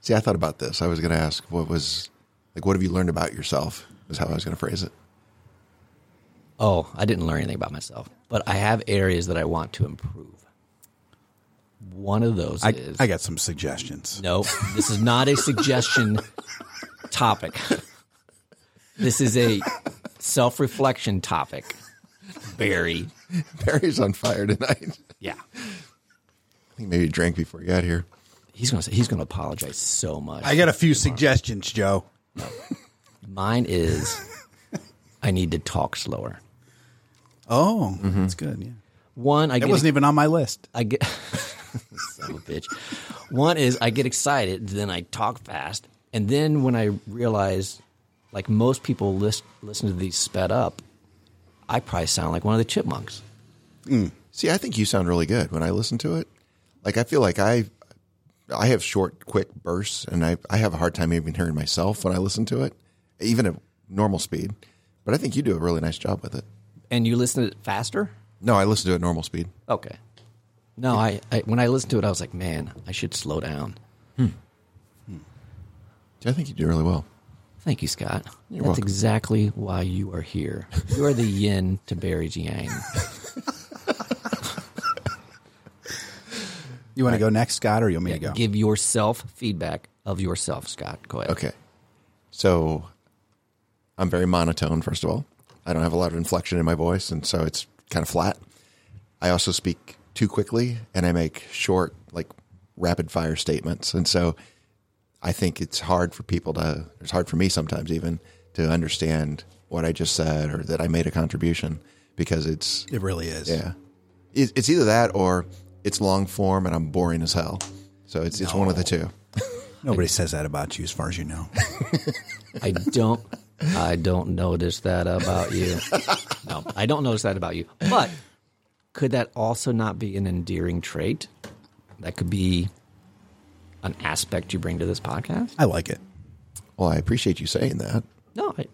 C: See, I thought about this. I was going to ask what was like, what have you learned about yourself? Is how I was going to phrase it.
A: Oh, I didn't learn anything about myself, but I have areas that I want to improve. One of those
B: I,
A: is
B: I got some suggestions.
A: no, this is not a suggestion topic. This is a self reflection topic, Barry.
C: Barry's on fire tonight.
A: Yeah.
C: I think maybe he drank before he got here.
A: He's gonna say, he's gonna apologize so much.
B: I got a few suggestions, Joe.
A: Mine is I need to talk slower.
B: Oh, that's good. Yeah.
A: One, I
B: That
A: get
B: wasn't even on my list.
A: Mm-hmm. I get son of a bitch. One is I get excited, then I talk fast, and then when I realize, like most people list, listen to these sped up, I probably sound like one of the chipmunks.
C: See, I think you sound really good when I listen to it. Like I feel like I I have short, quick bursts and I, I have a hard time even hearing myself when I listen to it, even at normal speed. But I think you do a really nice job with it.
A: And you listen to it faster?
C: No, I listen to it at normal speed.
A: Okay. No, I, I when I listened to it, I was like, man, I should slow down.
C: I think you do really well.
A: Thank you, Scott. That's
C: welcome.
A: exactly why you are here. You are the yin to Barry's yang.
B: You want to go next, Scott, or you want me to go?
A: Give yourself feedback of yourself, Scott. Go ahead.
C: Okay. So I'm very monotone, first of all. I don't have a lot of inflection in my voice, and so it's kind of flat. I also speak too quickly and I make short, like rapid fire statements. And so I think it's hard for people to, it's hard for me sometimes even to understand what I just said or that I made a contribution because it's,
B: It really is.
C: yeah. It- It's either that or it's long form and I'm boring as hell. So it's, it's one of the two.
B: Nobody says that about you, as far as you know.
A: I don't. I don't notice that about you. No, I don't notice that about you. But could that also not be an endearing trait? That could be an aspect you bring to this podcast.
B: I like it.
C: Well, I appreciate you saying that.
A: No, I,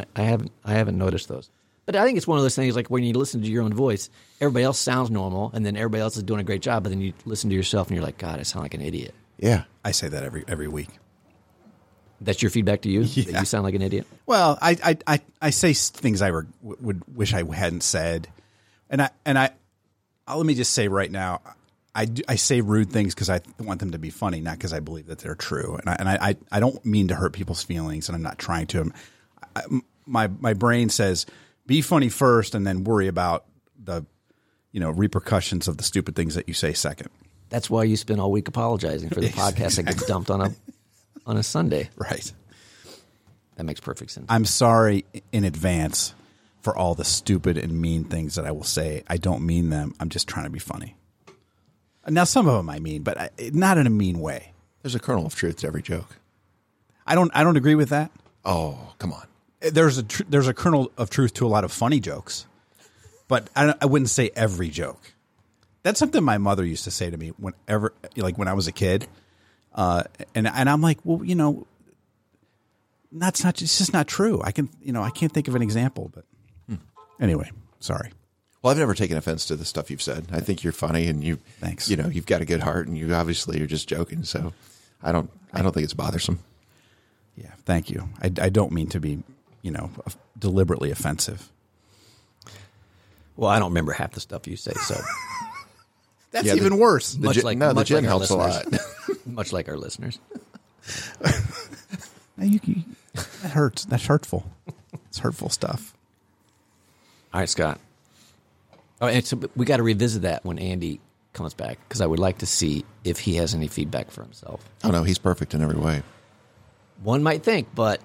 A: I, I haven't. I haven't noticed those. But I think it's one of those things like when you listen to your own voice, everybody else sounds normal, and then everybody else is doing a great job, but then you listen to yourself and you're like, God, I sound like an idiot.
C: Yeah.
B: I say that every every week.
A: That's your feedback to you. That you sound like an idiot.
B: Well, I I I, I say s- things I reg- w- would wish I hadn't said, and I and I I'll, let me just say right now, I do, I say rude things because I want them to be funny, not because I believe that they're true, and I and I, I I don't mean to hurt people's feelings, and I'm not trying to. I, m- my my brain says be funny first, and then worry about the you know repercussions of the stupid things that you say second.
A: That's why you spend all week apologizing for the podcast that gets dumped on a on a Sunday.
B: Right.
A: That makes perfect sense.
B: I'm sorry in advance for all the stupid and mean things that I will say. I don't mean them. I'm just trying to be funny. Now, some of them I mean, but I, not in a mean way.
C: There's a kernel of truth to every joke.
B: I don't. I don't agree with that.
C: Oh, come on.
B: There's a tr- there's a kernel of truth to a lot of funny jokes, but I, don't- I wouldn't say every joke. That's something my mother used to say to me whenever, like when I was a kid, uh, and and I'm like, well, you know, that's not. It's just not true. I can, you know, I can't think of an example, but anyway, sorry.
C: Well, I've never taken offense to the stuff you've said. I think you're funny and you
B: Thanks.
C: You know, you've got a good heart and you obviously you're just joking, so I don't I don't think it's bothersome.
B: Yeah, thank you. I, I don't mean to be, you know, of- deliberately offensive.
A: well, I don't remember half the stuff you say, so
B: That's
C: Yeah, the-
B: even worse.
A: much
C: gin-
A: like
C: no, the
A: much
C: gin
A: like our
C: helps a lot.
A: listeners. much like our listeners.
B: Now you- you- that hurts. That's hurtful. It's hurtful stuff.
A: All right, Scott. Oh, and so we got to revisit that when Andy comes back because I would like to see if he has any feedback for himself.
C: Oh no, he's perfect in every way.
A: One might think, but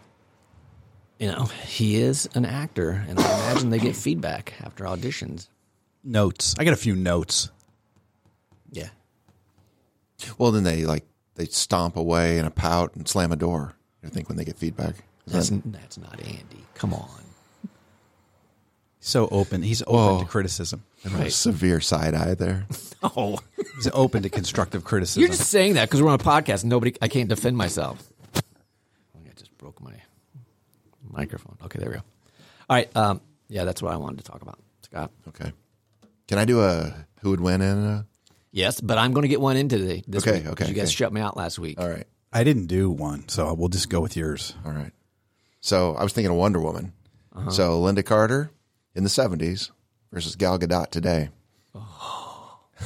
A: you know, he is an actor, and I imagine they get feedback after auditions.
B: Notes. I got a few notes.
A: Yeah,
C: Well, then they like they stomp away in a pout and slam a door. I think when they get feedback. Is
A: That's,
C: that-
A: that's not Andy. Come on.
B: So open. He's open to criticism.
C: that was severe side eye there.
A: Oh,
B: He's open to constructive criticism.
A: you're just saying that because we're on a podcast. And nobody, I can't defend myself. Oh, I think I just broke my microphone. Okay, there we go. All right. Um, yeah, that's what I wanted to talk about, Scott.
C: Okay. Can I do a who would win and a,
A: Yes, but I'm going to get one into the, this
C: Okay,
A: week, 'cause
C: okay,
A: You guys
C: okay.
A: shut me out last week.
C: all right,
B: I didn't do one, so we'll just go with yours.
C: all right. So I was thinking of Wonder Woman.
A: Uh-huh.
C: So Linda Carter in the seventies versus Gal Gadot today.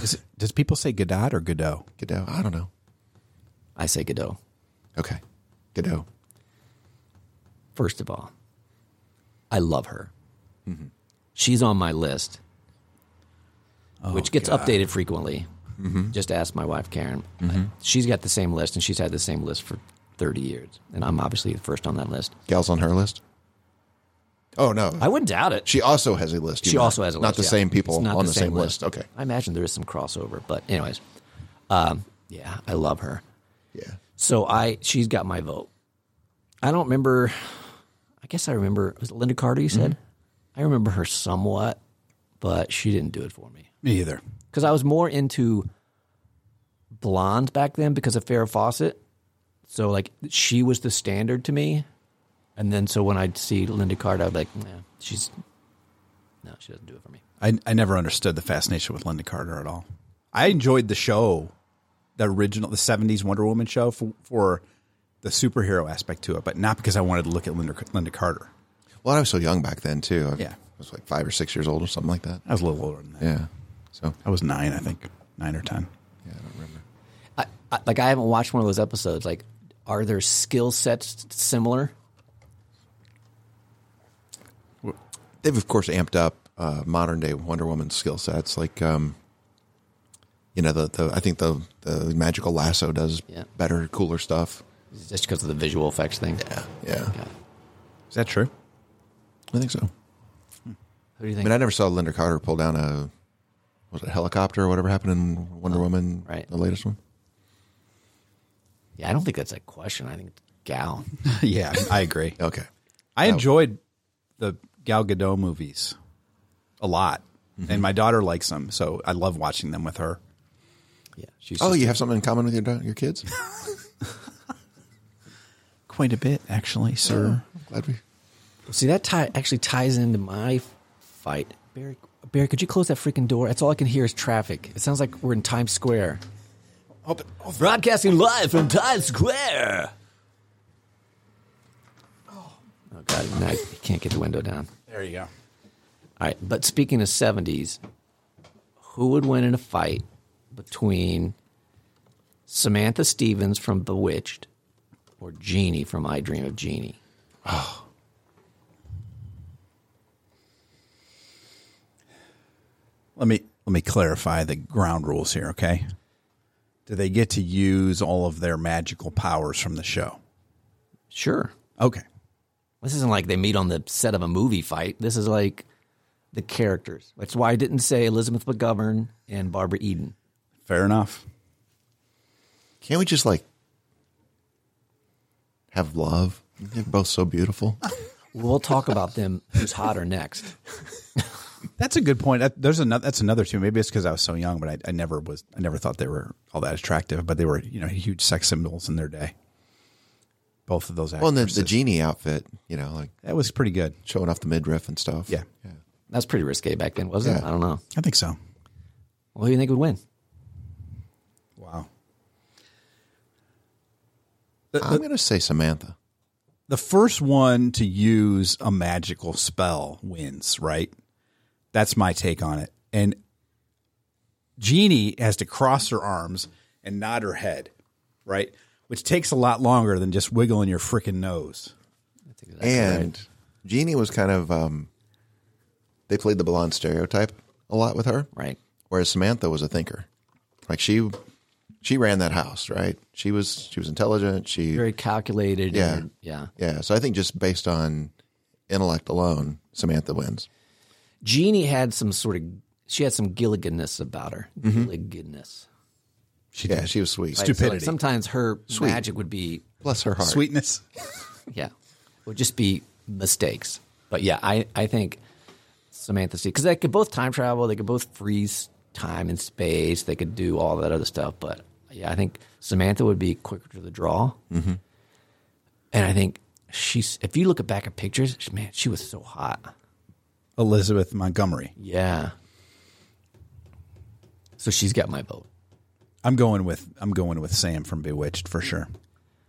B: Is it, does people say Godot or Godot?
C: Gadot, I don't know.
A: I say Godot.
C: Okay, Gadot.
A: First of all, I love her. She's on my list,
C: Oh,
A: which gets updated frequently. Just ask my wife, Karen. She's got the same list, and she's had the same list for 30 years. And I'm obviously the first on that list.
C: Gal's on her list. Oh no,
A: I wouldn't doubt it.
C: she also has a list. you
A: She
C: mean.
A: also has a list.
C: Not the
A: yeah.
C: same people
A: It's not
C: on the, same, list. Okay,
A: I imagine there is some crossover, but anyways, um, yeah, I love her.
C: yeah.
A: So I, she's got my vote. I don't remember. I guess I remember. Was it Linda Carter? You said
C: Mm-hmm.
A: I remember her somewhat, but she didn't do it for me
B: Me either.
A: because I was more into blonde back then because of Farrah Fawcett. So like she was the standard to me, and then so when I'd see Linda Carter, I'd be like, yeah, she's no, she doesn't do it for me.
B: I, I never understood the fascination with Linda Carter at all. I enjoyed the show, the original, the 70s Wonder Woman show for, for the superhero aspect to it, but not because I wanted to look at Linda, Linda Carter.
C: Well, I was so young back then too. I
B: Yeah.
C: I was like five or six years old or something like that.
B: I was a little older than that.
C: Yeah. So
B: I was nine, I think, nine or 10.
A: I, I, like I haven't watched one of those episodes. Like, are their skill sets similar?
C: they've of course amped up uh, modern day Wonder Woman skill sets. Like, um, you know, the, the I think the the magical lasso does
A: Yeah.
C: better, cooler stuff.
A: Just because of the visual effects thing.
C: Yeah, yeah,
A: Yeah.
B: Is that true?
C: I think so.
A: Who do you
C: I
A: think?
C: mean, I never saw Linda Carter pull down a was it a helicopter or whatever happened in Wonder Woman,
A: right.
C: The latest one.
A: yeah, I don't think that's a question. I think it's Gal.
B: yeah, I agree.
C: Okay,
B: I enjoyed the Gal Gadot movies a lot, and my daughter likes them, so I love watching them with her.
A: Yeah, she's.
C: Oh,
A: just-
C: you have something in common with your da- your kids?
B: Quite a bit, actually, sir.
C: Glad we.
A: See that tie actually ties into my fight. Barry, Barry, could you close that freaking door? That's all I can hear is traffic. It sounds like we're in Times Square. Broadcasting live from Times Square. Oh God! Now I can't get the window down.
B: There you go.
A: All right, but speaking of seventies, who would win in a fight between Samantha Stevens from Bewitched or Jeannie from I Dream of Jeannie?
B: Let me let me clarify the ground rules here, okay? Do they get to use all of their magical powers from the show?
A: Sure.
B: Okay.
A: This isn't like they meet on the set of a movie fight. This is like the characters. That's why I didn't say Elizabeth McGovern and Barbara Eden.
B: Fair enough.
C: Can't we just like have love? They're both so beautiful.
A: We'll talk about them who's hotter next.
B: That's a good point. That, there's another. That's another too. Maybe it's because I was so young, but I, I never was. I never thought they were all that attractive, but they were, you know, huge sex symbols in their day. Both of those actors.
C: Well, and the, the genie outfit, you know, like
B: that was pretty good.
C: showing off the midriff and stuff.
B: Yeah.
A: That's pretty risque back then, wasn't it?
C: Yeah.
A: I don't know.
B: I think so.
A: Well, who do you think would win?
B: Wow.
C: I'm going to say Samantha.
B: The first one to use a magical spell wins, right? That's my take on it. And Jeannie has to cross her arms and nod her head, right? Which takes a lot longer than just wiggling your freaking nose.
C: and Jeannie was kind of, um, they played the blonde stereotype a lot with her.
A: Right.
C: Whereas Samantha was a thinker. Like she, she ran that house, right? She was, she was intelligent. She,
A: Very calculated.
C: Yeah.
A: and- yeah.
C: yeah. So I think just based on intellect alone, Samantha wins. Mm-hmm.
A: Jeannie had some sort of she had some Gilliganness about her. Gilliganness.
C: She yeah, she was sweet.
A: Right, so, like, sometimes her magic would be
C: bless her heart.
B: Sweetness.
A: yeah, would just be mistakes. But yeah, I I think Samantha Steve because they could both time travel, they could both freeze time and space, they could do all that other stuff. But yeah, I think Samantha would be quicker to the draw,
C: Mhm.
A: and I think she's. If you look at back at pictures, she- man, she was so hot.
B: Elizabeth Montgomery.
A: Yeah. So she's got my vote.
B: I'm going with I'm going with Sam from Bewitched for sure.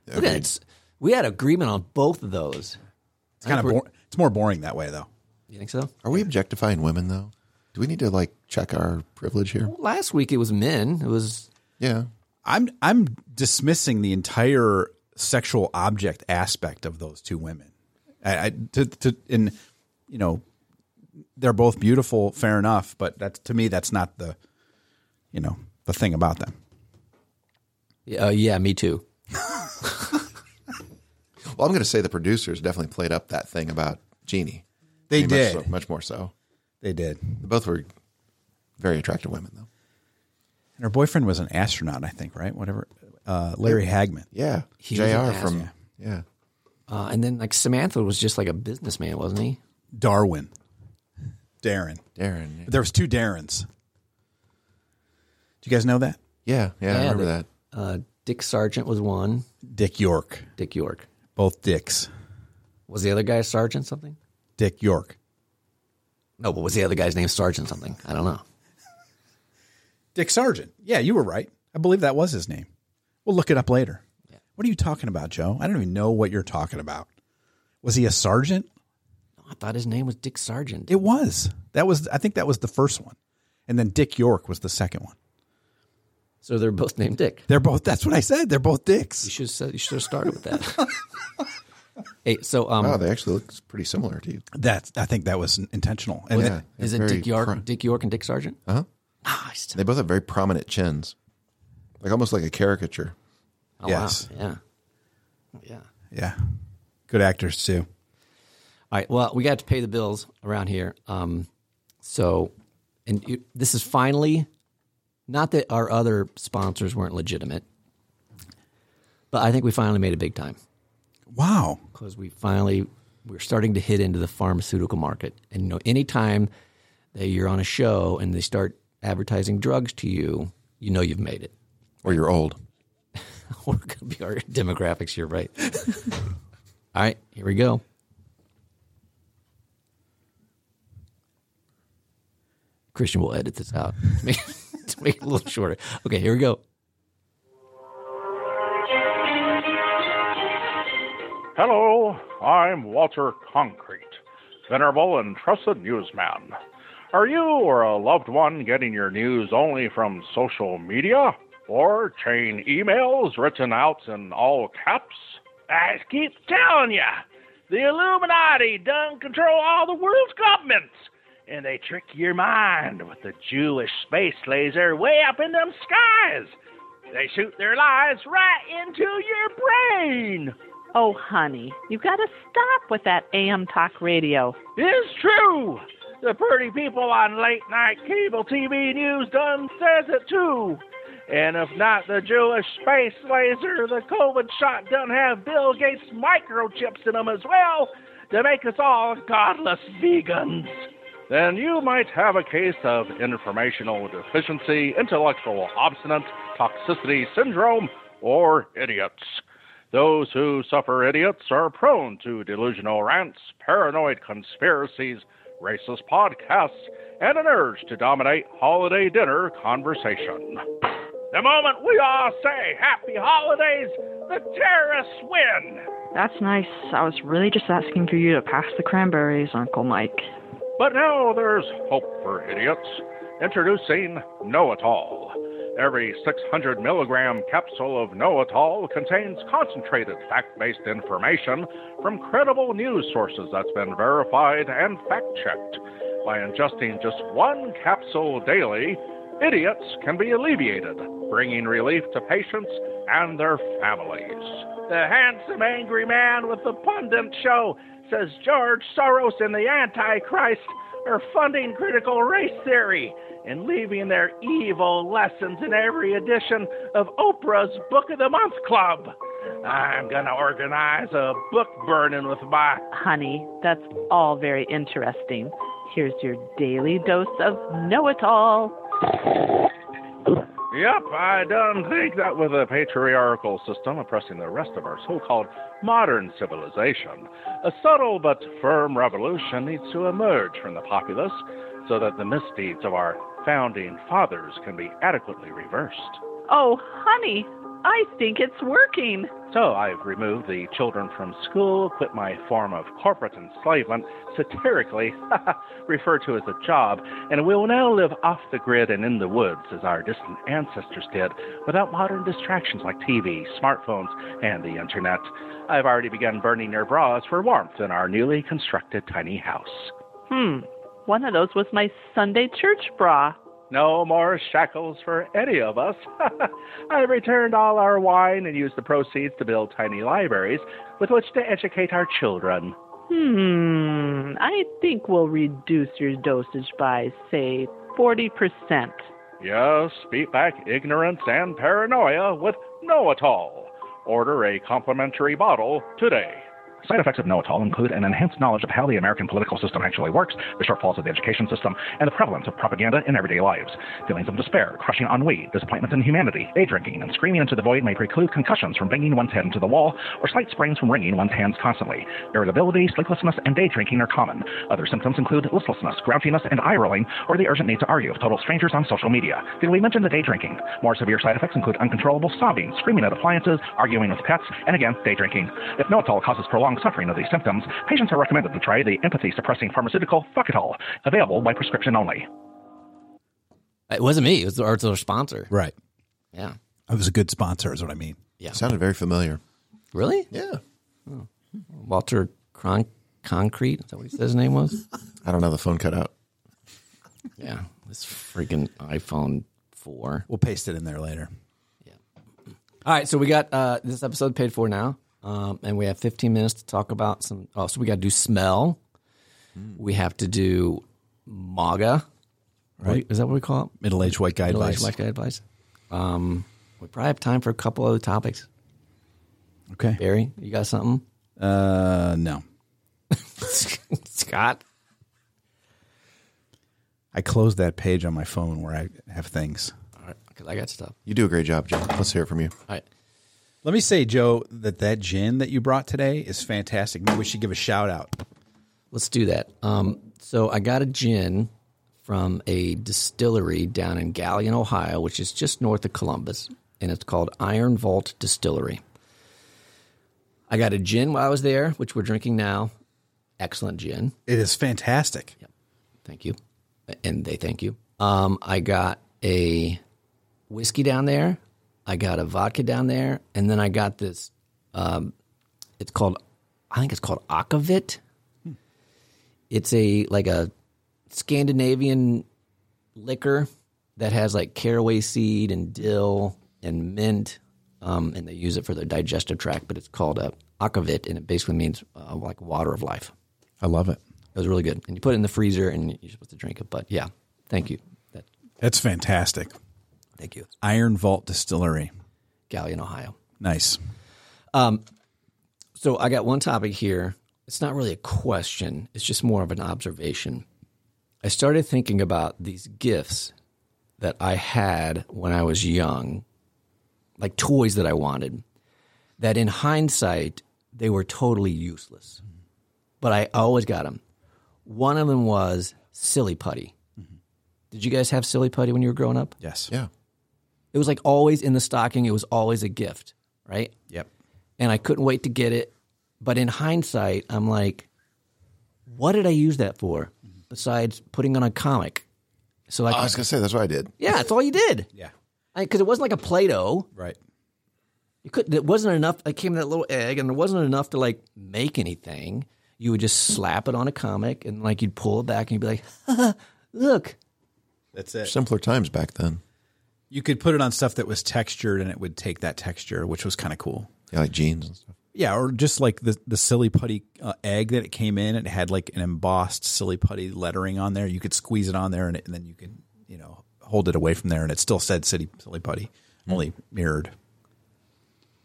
A: Look at it's, we had agreement on both of those.
B: It's kind of bor- it's more boring that way though.
A: You think so?
C: Are we objectifying women though? Do we need to like check our privilege here?
A: Last week it was men. It was
C: Yeah.
B: I'm I'm dismissing the entire sexual object aspect of those two women. I, I to, to and you know they're both beautiful, fair enough, but that's to me that's not the you know the thing about them.
A: uh, yeah, me too.
C: Well, I'm going to say the producers definitely played up that thing about Jeannie.
B: They
C: I mean,
B: did.
C: much so- much more so.
B: They did.
C: They both were very attractive women though.
B: And her boyfriend was an astronaut, I think, right? Whatever. Uh, Larry Hagman.
C: Yeah,
A: He was
C: Jr.
A: an
C: from
A: asshole.
C: yeah.
A: Uh, and then like Samantha was just like a businessman, wasn't he?
B: Darwin. Darren.
C: Darren.
B: There was two Darrens. Do you guys know that?
C: Yeah, yeah, I remember
A: the-
C: that.
A: Uh, Dick Sargent was one.
B: Dick York.
A: Dick York
B: Both dicks.
A: was the other guy Sergeant something.
B: Dick York.
A: No, but was the other guy's name Sergeant something? I don't know.
B: Dick Sargent. Yeah, you were right. I believe that was his name. We'll look it up later. What are you talking about, Joe? I don't even know what you're talking about. Was he a sergeant?
A: I thought his name was Dick Sargent.
B: It was. That was I think that was the first one. And then Dick York was the second one.
A: So they're both named Dick.
B: They're both that's what I said. They're both
A: You
B: dicks.
A: should have said, you should have started with that. hey, so um,
C: Wow, Oh, they actually look pretty similar to you.
B: That's I think that was intentional. And
C: Yeah,
A: is it
C: very
A: Dick York,
C: pro-
A: Dick York, and Dick Sargent?
C: Uh-huh.
A: Nice.
C: They both have very prominent chins, like almost like a caricature.
A: Oh,
B: Yes.
A: Wow. Yeah. Yeah.
B: yeah. Good actors too.
A: All right. Well, we got to pay the bills around here. Um, so, and you, this is finally not that our other sponsors weren't legitimate, but I think we finally made a big time
B: Wow.
A: because we finally we're starting to hit into the pharmaceutical market. And you know, anytime that you're on a show and they start advertising drugs to you, you know you've made it.
C: Or you're old.
A: We're going to be our demographics. You're right. All right, here we go. Christian will edit this out to make, to make it a little shorter. Okay, here we go.
K: Hello, I'm Walter Concrete, venerable and trusted newsman. Are you or a loved one getting your news only from social media or chain emails written out in all caps? I keep telling you, the Illuminati done control all the world's governments, and they trick your mind with the Jewish space laser way up in them skies. They shoot their lies right into your brain.
L: Oh, honey, you've got to stop with that AM talk radio.
K: It's true. The pretty people on late night cable TV news done says it too. And if not the Jewish space laser, the COVID shot done have Bill Gates microchips in them as well to make us all godless vegans. Then you might have a case of informational deficiency, intellectual obstinate, toxicity syndrome, or idiots. Those who suffer idiots are prone to delusional rants, paranoid conspiracies, racist podcasts, and an urge to dominate holiday dinner conversation. The moment we all say happy holidays, the terrorists win.
M: That's nice. I was really just asking for you to pass the cranberries, Uncle Mike.
K: But now there's hope for idiots. Introducing Know-It-All. Every 600 milligram capsule of Know-It-All contains concentrated fact-based information from credible news sources that's been verified and fact-checked. By ingesting just one capsule daily, idiots can be alleviated, bringing relief to patients and their families. The handsome angry man with the pundit show says George Soros and the Antichrist are funding critical race theory and leaving their evil lessons in every edition of Oprah's Book of the Month Club. I'm going to organize a book burning with my
L: Honey, that's all very interesting. Here's your daily dose of know it all.
K: Yep, I don't think that with a patriarchal system oppressing the rest of our so called modern civilization, a subtle but firm revolution needs to emerge from the populace so that the misdeeds of our founding fathers can be adequately reversed.
L: Oh, honey, I think it's working.
K: So I've removed the children from school, quit my form of corporate enslavement, satirically referred to as a job, and we will now live off the grid and in the woods as our distant ancestors did, without modern distractions like TV, smartphones, and the internet. I've already begun burning their bras for warmth in our newly constructed tiny house.
L: Hmm, one of those was my Sunday church bra.
K: No more shackles for any of us. I returned all our wine and used the proceeds to build tiny libraries with which to educate our children.
L: Hmm, I think we'll reduce your dosage by, say, 40%.
K: Yes, beat back ignorance and paranoia with Noatol. Order a complimentary bottle today. Side effects of Noatol include an enhanced knowledge of how the American political system actually works, the shortfalls of the education system, and the prevalence of propaganda in everyday lives. Feelings of despair, crushing ennui, disappointment in humanity, day drinking, and screaming into the void may preclude concussions from banging one's head into the wall or slight sprains from wringing one's hands constantly. Irritability, sleeplessness, and day drinking are common. Other symptoms include listlessness, grouchiness, and eye rolling, or the urgent need to argue with total strangers on social media. Did we mention the day drinking? More severe side effects include uncontrollable sobbing, screaming at appliances, arguing with pets, and again, day drinking. If Noatol causes prolonged suffering of these symptoms, patients are recommended to try the empathy suppressing pharmaceutical Fucitol, available by prescription only.
A: It wasn't me. It was, the, or it's our sponsor.
B: Right.
A: Yeah.
B: It was a good sponsor, is what I mean.
A: Yeah.
C: Sounded very familiar.
A: Really?
C: Yeah.
A: Walter Cron- Concrete. Is that what he said his name was?
C: I don't know. The phone cut out.
A: yeah. This freaking iPhone 4.
B: We'll paste it in there later.
A: All right. So we got uh, this episode paid for now. Um, and we have 15 minutes to talk about some. Oh, so we got to do smell. We have to do MAGA. Right. Is that what we call it?
B: Middle aged white guy
A: Middle-aged
B: advice.
A: white guy advice. Um, we probably have time for a couple other topics.
B: Okay.
A: Barry, you got something?
B: Uh, no.
A: Scott?
B: I closed that page on my phone where I have things.
A: All right. Because I got stuff.
C: You do a great job, Joe. Let's hear it from you.
A: All right.
B: Let me say, Joe, that that gin that you brought today is fantastic. Maybe we should give a shout out.
A: Let's do that. Um, so I got a gin from a distillery down in Gallion, Ohio, which is just north of Columbus, and it's called Iron Vault Distillery. I got a gin while I was there, which we're drinking now. Excellent gin.
B: It is fantastic.
A: Thank you. And they thank you. Um, I got a whiskey down there. I got a vodka down there. And then I got this, um, it's called, I think it's called Akavit. It's a, like a Scandinavian liquor that has like caraway seed and dill and mint. Um, and they use it for their digestive tract, but it's called a Akavit. And it basically means uh, like water of life.
B: I love it.
A: It was really good. And you put it in the freezer and you're supposed to drink it. But yeah, thank you. That,
B: That's fantastic.
A: thank you.
B: Iron Vault Distillery.
A: Gallion, Ohio.
B: Nice.
A: Um, so I got one topic here. It's not really a question, it's just more of an observation. I started thinking about these gifts that I had when I was young, like toys that I wanted, that in hindsight, they were totally useless. But I always got them. One of them was Silly Putty. Did you guys have Silly Putty when you were growing up?
B: Yes.
C: Yeah.
A: It was like always in the stocking, it was always a gift, right?
B: Yep.
A: and I couldn't wait to get it. But in hindsight, I'm like, what did I use that for besides putting on a comic? So like,
C: I was gonna say that's what I did.
A: yeah, that's all you did.
B: Yeah.
A: Because it wasn't like a Play-Doh.
B: Right.
A: You could. It wasn't enough. It came in that little egg, and it wasn't enough to like make anything. You would just slap it on a comic, and like you'd pull it back, and you'd be like, look.
B: That's it.
C: Simpler times back then.
B: You could put it on stuff that was textured and it would take that texture, which was kind of cool.
C: Yeah, like jeans and stuff.
B: Yeah, or just like the the silly putty uh, egg that it came in, it had like an embossed silly putty lettering on there. You could squeeze it on there, and, it, and then you could you know hold it away from there, and it still said "City Silly Putty," only mirrored.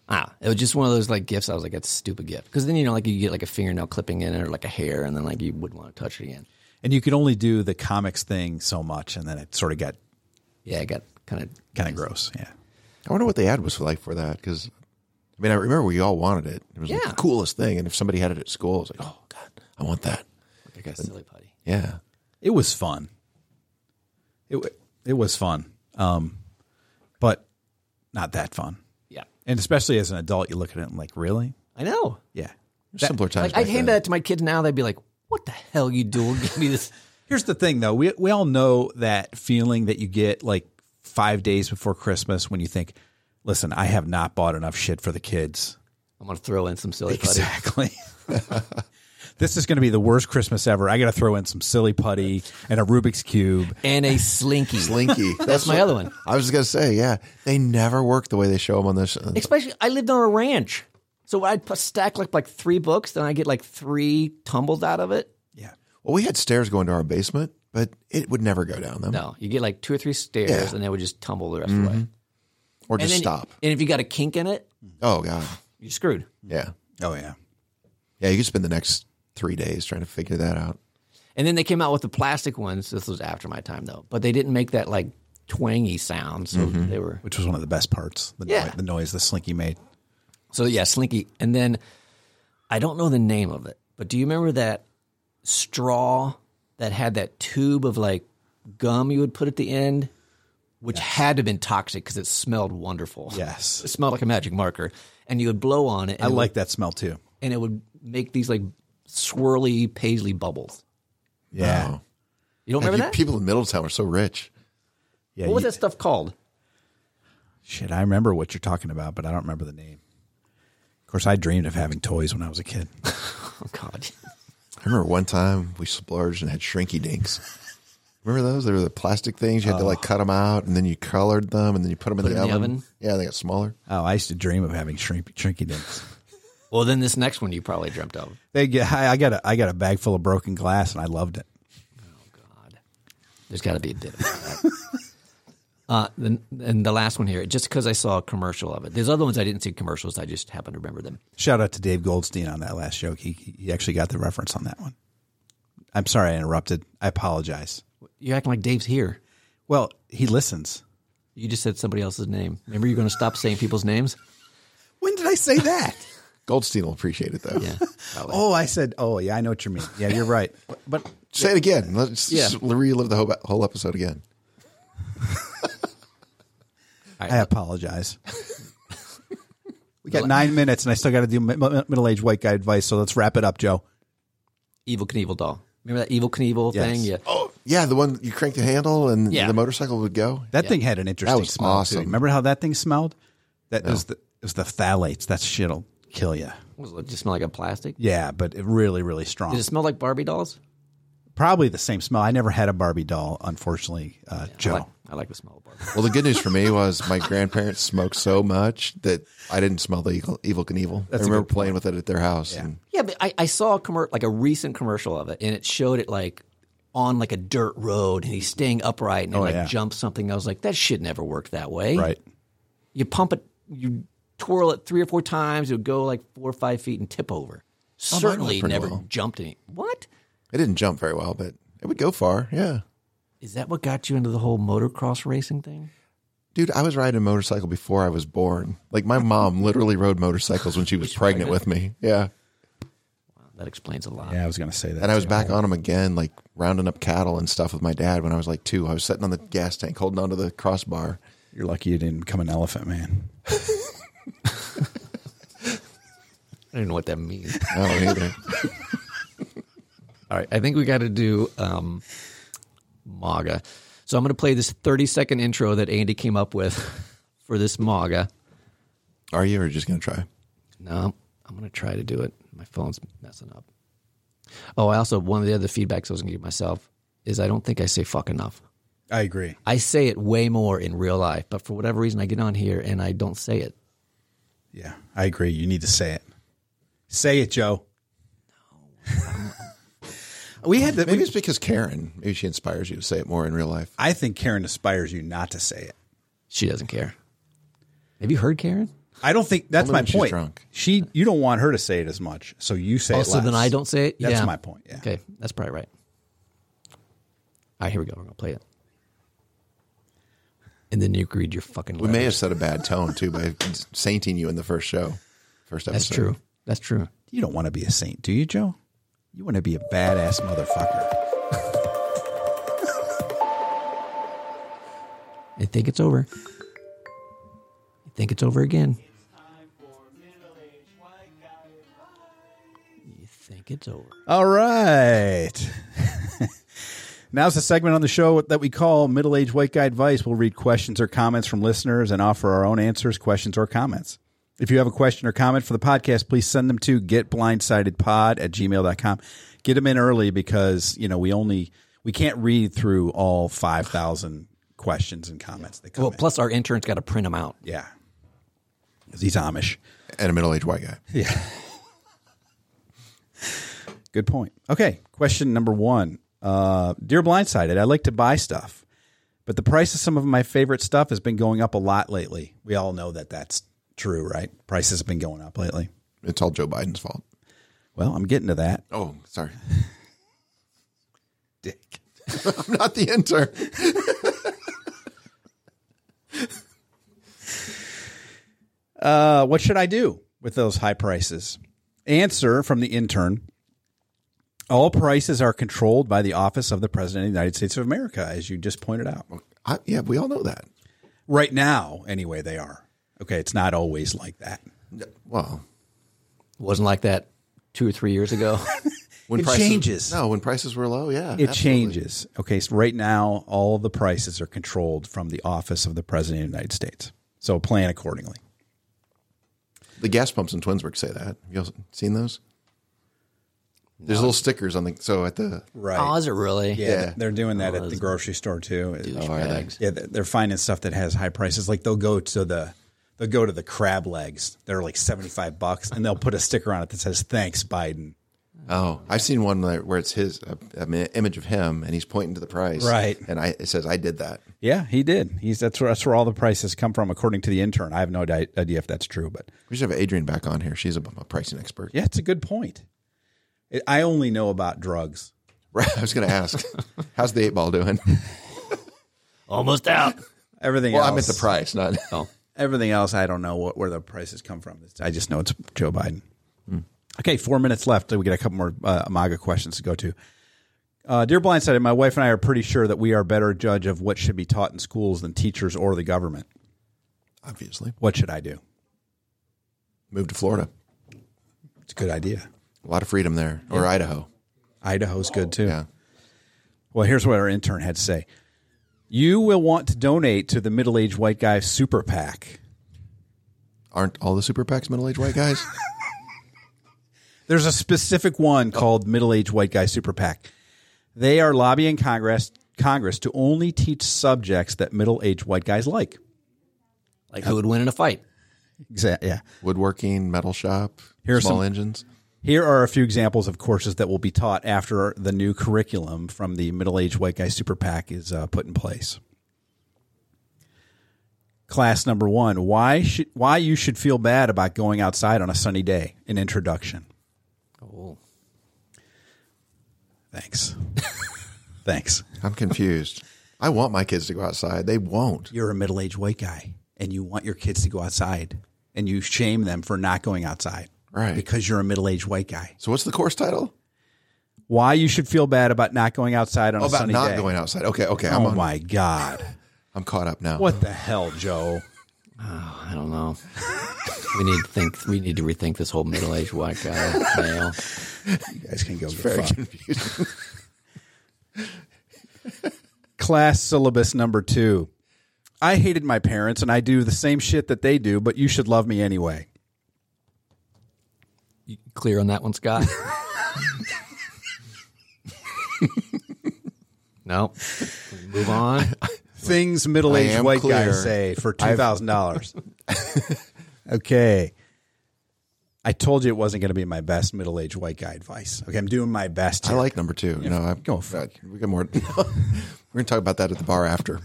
A: Ah, it was just one of those like gifts. I was like, that's a stupid gift because then you know, like you get like a fingernail clipping in it or like a hair, and then like you wouldn't want to touch it again.
B: And you could only do the comics thing so much, and then it sort of got
A: yeah, it got kind of
B: kind of gross. Yeah,
C: I wonder what the ad was like for that because I mean I remember we all wanted it. It was like
A: Yeah.
C: the coolest thing, and if somebody had it at school, I was like, oh god, I want that.
A: Like a silly putty.
C: Yeah,
B: it was fun. It wa- it was fun, um, but not that fun.
A: Yeah.
B: and especially as an adult, you look at it and like, really?
A: I know.
B: Yeah,
C: simpler times.
A: Like I'd hand that to my kids now, they'd be like, "What the hell you doing? Give me this."
B: Here's the thing, though. We we all know that feeling that you get like five days before Christmas when you think, "Listen, I have not bought enough shit for the kids."
A: I'm gonna throw in some silly putty.
B: Exactly. this is going to be the worst Christmas ever. I got to throw in some silly putty and a Rubik's cube.
A: and a slinky.
C: Slinky.
A: That's my
C: what-
A: other one.
C: I was just gonna say, yeah, they never work the way they show them on this. uh,
A: Especially, I lived on a ranch, so I'd put, stack like like three books, then I get like three tumbles out of it.
C: Well, we had stairs going to our basement, but it would never go down them.
A: No, you get like two or three stairs,
C: Yeah.
A: and they would just tumble the rest of the way,
C: Or
A: And
C: just
A: then-
C: stop.
A: And if you got a kink in it,
C: Oh god,
A: you're screwed.
C: yeah,
B: Oh yeah.
C: yeah. You could spend the next three days trying to figure that out.
A: And then they came out with the plastic ones. This was after my time though, but they didn't make that like twangy sound, so
B: Mm-hmm.
A: they were
B: Which was one of the best parts. The,
A: Yeah.
B: noise, the noise the slinky made.
A: So yeah, Slinky, and then I don't know the name of it, but do you remember that straw that had that tube of like gum you would put at the end, which had to have been toxic because it smelled wonderful.
B: Yes.
A: it smelled like a magic marker, and you would blow on it. And
B: I
A: it would-
B: like that smell too.
A: and it would make these like swirly paisley bubbles.
B: Yeah.
C: Wow.
A: You don't
C: And
A: remember
C: you-
A: that?
C: People in Middletown were so rich.
B: Yeah.
A: what was
B: you-
A: that stuff called?
B: Shit, I remember what you're talking about, but I don't remember the name. Of course, I dreamed of having toys when I was a kid.
A: Oh God,
C: I remember one time we splurged and had shrinky dinks. Remember those? They were the plastic things. You had to like cut them out, and then you colored them, and then you put them
A: Put
C: in, the,
A: 'em in the
C: oven.
A: oven?
C: Yeah, they got smaller.
B: Oh, I used to dream of having shrinky, shrinky dinks.
A: well then this next one you probably dreamt of.
B: They get, I, I got a I got a bag full of broken glass, and I loved it.
A: Oh, There's got to be a dip. uh, and, and the last one here, just because I saw a commercial of it. There's other ones I didn't see commercials. I just happen to remember them.
B: Shout out to Dave Goldstein on that last joke. He he actually got the reference on that one. I'm sorry I interrupted. I apologize.
A: You're acting like Dave's here.
B: Well, he listens.
A: You just said somebody else's name. Remember, you're going to stop saying people's names.
B: When did I say that?
C: Goldstein will appreciate it though.
A: Yeah. probably.
B: oh, I said. Oh, yeah, I know what you mean. Yeah, you're right. But, but
C: Say it again. Let's
A: Yeah.
C: just relive the whole, whole episode again.
B: I apologize. We got nine minutes, and I still got to do mi- mi- middle-aged white guy advice. So let's wrap it up, Joe.
A: Evil Knievel doll. Remember that Evil Knievel
B: Yes.
A: thing? Yeah.
C: Oh yeah, the one you crank the handle and
A: Yeah.
C: the motorcycle would go.
B: That thing had an interesting
C: was
B: smell too.
C: awesome.
B: Remember how that thing smelled? That was the it was the phthalates. That shit'll kill you.
A: Was it just smell like a plastic?
B: Yeah, but it really, really strong.
A: Did it smell like Barbie dolls?
B: Probably the same smell. I never had a Barbie doll, unfortunately, uh, Joe.
A: I like, I like the smell of Barbie.
C: Well, the good news for me was my grandparents smoked so much that I didn't smell the evil, evil Knievel.
B: That's a
C: I remember
B: good
C: playing with it at their house. and-
A: Yeah, but I, I saw a commer- like a recent commercial of it, and it showed it like on like a dirt road, and he's staying upright, and it
B: Oh,
A: like
B: yeah.
A: jumps something. I was like, that shit never worked that way.
B: right.
A: You pump it, you twirl it three or four times, it would go like four or five feet and tip
B: Oh,
A: over.
C: mine
A: Certainly
C: went pretty
A: never
C: well.
A: jumped any. What
C: It didn't jump very well, but it would go far. Yeah.
A: is that? What got you into the whole motocross racing thing?
C: Dude, I was riding a motorcycle before I was born. Like my mom literally rode motorcycles when she was pregnant with me. Yeah.
A: That explains a lot.
B: Yeah, I was going to say that.
C: And I was
B: too.
C: back on them again, like rounding up cattle and stuff with my dad when I was like two. I was sitting on the gas tank holding onto the crossbar.
B: You're lucky you didn't become an elephant man.
A: I don't know what that means.
C: I don't either.
A: All right, I think we got to do um, MAGA. So I'm going to play this 30 second intro that Andy came up with for this MAGA.
C: Are you or just going to try?
A: No, I'm going to try to do it. My phone's messing up. Oh, I also, one of the other feedbacks I was going to give myself is I don't think I say fuck enough.
B: I agree.
A: I say it way more in real life, but for whatever reason, I get on here and I don't say it.
B: Yeah, I agree. You need to say it. Say it, Joe. We had the,
C: maybe it's because Karen. Maybe she inspires you to say it more in real life.
B: I think Karen inspires you not to say it.
A: She doesn't care. Have you heard Karen?
B: I don't think that's
A: Only
B: my
A: when she's
B: point.
A: drunk.
B: She, you don't want her to say it as much, so you say
A: Oh,
B: it.
A: so then
B: less.
A: I don't say it?
B: That's
A: Yeah.
B: my point. Yeah.
A: Okay, that's probably right. All right, here we go. We're gonna play it. And then you can read your fucking.
C: We may have set a bad tone too by sainting you in the first show, first episode.
A: That's true. That's true.
B: You don't want to be a saint, do you, Joe? You want to be a badass motherfucker.
A: I think it's over. I think it's over again. You think it's over?
B: All right. Now's the segment on the show that we call Middle Aged White Guy Advice. We'll read questions or comments from listeners and offer our own answers, questions, or comments. If you have a question or comment for the podcast, please send them to getblindsidedpod at gmail.com. Get them in early because, you know, we only, we can't read through all 5,000 questions and comments. They come
A: Well, plus our intern's got to print them out.
B: Yeah. 'Cause he's Amish.
C: And a middle aged white guy.
B: Yeah. Good point. Okay. Question number one. Uh, Dear Blindsided, I like to buy stuff, but the price of some of my favorite stuff has been going up a lot lately. We all know that that's true, right? Prices have been going up lately.
C: It's all Joe Biden's fault.
B: Well, I'm getting to that.
C: Oh, sorry.
B: Dick.
C: I'm not the intern.
B: Uh, what should I do with those high prices? Answer from the intern. All prices are controlled by the office of the President of the United States of America, as you just pointed out.
C: I, yeah, we all know that.
B: Right now, anyway, they are. Okay, it's not always like that.
C: Well,
A: wasn't like that two or three years ago.
B: It changes.
C: No, when prices were low, yeah.
B: It
C: absolutely.
B: changes. Okay, so right now, all the prices are controlled from the office of the President of the United States. So plan accordingly.
C: The gas pumps in Twinsburg say that. Have you all seen those? There's little stickers on the so at the
A: Oh, is it really?
B: Yeah,
C: Yeah.
B: th- they're doing that at the grocery store too.
A: Oh, are they?
B: Yeah, they're they're finding stuff that has high prices. Like they'll go to the they'll go to the crab legs. They're like seventy five bucks, and they'll put a sticker on it that says "Thanks, Biden."
C: Oh, I've seen one where where it's his uh, an image of him and he's pointing to the price,
B: Right.
C: And I it says I did that.
B: Yeah, he did. He's that's where that's where all the prices come from, according to the intern. I have no di- idea if that's true, but
C: We should have Adrian back on here. She's a, a pricing expert.
B: yeah, it's a good point. It, I only know about drugs.
C: Right. I was going to ask, how's the eight ball doing?
A: Almost out.
B: Everything.
C: Well,
B: else,
C: I meant the price, not.
B: Everything else, I don't know what, where the prices come from. I just know it's Joe Biden. Hmm. Okay, four minutes left. We got a couple more uh, MAGA questions to go to. Uh, Dear Blindsided, my wife and I are pretty sure that we are better judge of what should be taught in schools than teachers or the government.
C: Obviously,
B: What should I do?
C: move to Florida.
B: It's a good idea.
C: A lot of freedom there, or Idaho.
B: Idaho's good too.
C: Yeah.
B: Well, here's what our intern had to say. You will want to donate to the middle-aged white guy super PAC.
C: Aren't all the super PACs middle aged white guys?
B: There's a specific one called Middle Aged White Guy Super PAC. They are lobbying Congress Congress to only teach subjects that middle aged white guys like.
A: Like who would win in a fight?
B: Exactly. Yeah.
C: Woodworking, metal shop,
B: Here are
C: small
B: some-
C: engines.
B: Here are a few examples of courses that will be taught after the new curriculum from the Middle Aged White Guy Super PAC is uh, put in place. Class number one: Why should why you should feel bad about going outside on a sunny day? An introduction.
A: Oh,
B: Thanks. Thanks.
C: I'm confused. I want my kids to go outside. They won't.
B: you're a middle aged white guy and you want your kids to go outside and you shame them for not going outside.
C: Right.
B: Because you're a middle aged white guy.
C: So what's the course title?
B: Why you should feel bad about not going outside on
C: Oh,
B: a
C: about
B: sunny
C: not
B: day.
C: going outside. Okay, okay. I'm,
B: oh
C: on-
B: my God.
C: I'm caught up now.
B: What the hell, Joe?
A: Oh, I don't know. we need to think. We need to rethink this whole middle-aged white guy male.
B: You guys can go get
C: Very
B: fucked.
C: confused.
B: Class syllabus number two. I hated my parents and I do the same shit that they do, but you should love me anyway.
A: You clear on that one, Scott? no. Move on.
B: Things middle
C: I
B: aged
C: am
B: white
C: clear.
B: guys say for $2,000. okay. I told you it wasn't going to be my best middle aged white guy advice. Okay, I'm doing my best.
C: I like number two. No, I'm going fuck. We got more. we're going to talk about that at the bar after.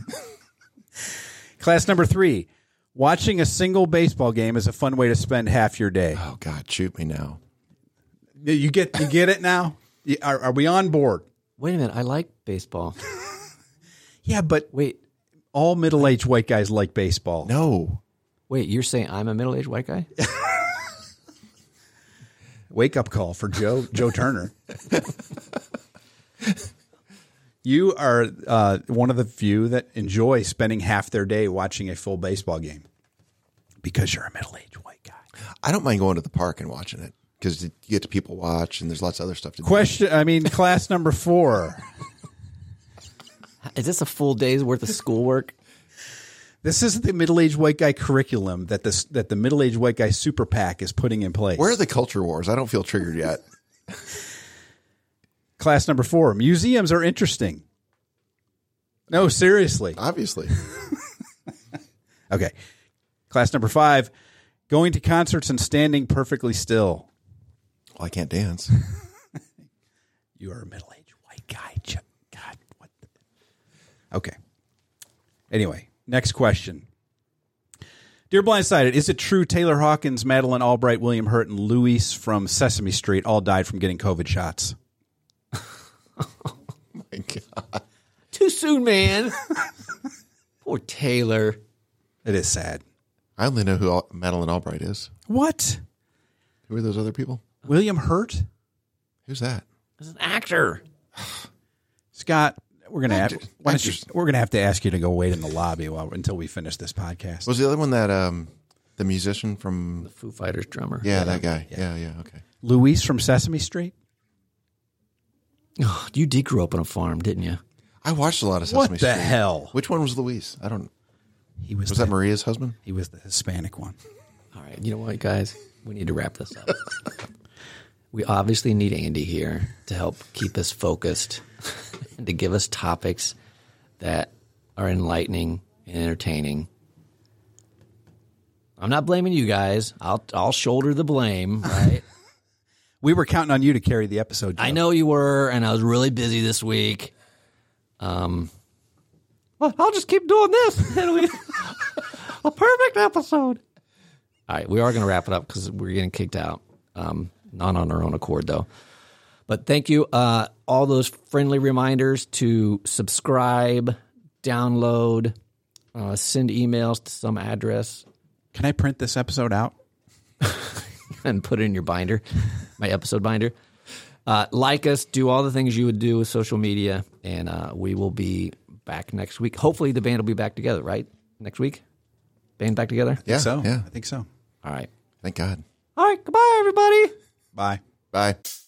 B: Class number three. Watching a single baseball game is a fun way to spend half your day.
C: Oh God, shoot me now.
B: You get you get it now. You- Are, are we on board?
A: Wait a minute. I like baseball.
B: yeah, but
A: wait.
B: All middle aged white guys like baseball.
C: No.
A: Wait, you're saying I'm a middle aged white guy?
B: Wake up call for Joe Joe Turner. you are uh, one of the few that enjoy spending half their day watching a full baseball game because you're a middle aged.
C: I don't mind going to the park and watching it because you get to people watch and there's lots of other stuff to do.
B: Question. I mean, class number four.
A: Is this a full day's worth of schoolwork?
B: This is the middle-aged white guy curriculum that this that the middle-aged white guy super PAC is putting in place.
C: Where are the culture wars? I don't feel triggered yet.
B: Class number four: museums are interesting. No, seriously.
C: Obviously.
B: okay. Class number five: going to concerts and standing perfectly still.
C: Well, I can't dance. Oh,
B: you are a middle-aged white guy. Ch- God, what? The- okay. Anyway, next question. Dear Blindsided, is it true Taylor Hawkins, Madeline Albright, William Hurt, and Luis from Sesame Street all died from getting COVID shots?
C: My God.
A: Too soon, man. Poor Taylor.
B: It is sad.
C: I only know who Al- Madeline Albright is.
B: What?
C: Who are those other people?
B: William Hurt?
C: Who's that?
A: As an actor.
B: Scott, we're gonna have
C: Actors-
B: why don't you,
C: actors.
B: we're gonna have to ask you to go wait in the lobby while, until we finish this podcast.
C: Was the other one that um, the musician from the
A: Foo Fighters drummer?
C: Yeah, that guy. Yeah, yeah, okay.
B: Luis from Sesame Street.
A: Oh, you did grow up on a farm, didn't you?
C: I watched a lot of Sesame
B: What
C: Street.
B: the hell?
C: Which one was Luis? I don't.
B: He was.
C: Was that Maria's husband?
B: He was the Hispanic one.
A: All right. You know what, guys? We need to wrap this up. we obviously need Andy here to help keep us focused and to give us topics that are enlightening and entertaining. I'm not blaming you guys. I'll I'll shoulder the blame, right?
B: we were counting on you to carry the episode.
A: I know you were, and I was really busy this week. Um, I'll just keep
E: Oh,
A: doing this. It'll be a perfect episode. All right, we are going to wrap it up because we're getting kicked out. Um, not on our own accord, though. But thank you. Uh, all those friendly reminders to subscribe, download, uh, send emails to some address
B: Can I print this episode out?
A: and put it in your binder, my episode binder. Uh, like us, do all the things you would do with social media, and uh, we will be back next week. Hopefully, the band will be back together, right? Next week? Band back together?
C: Yeah.
B: so
C: Yeah.
B: I think so.
A: All right.
C: Thank God.
A: All right. Goodbye, everybody.
B: Bye.
C: Bye.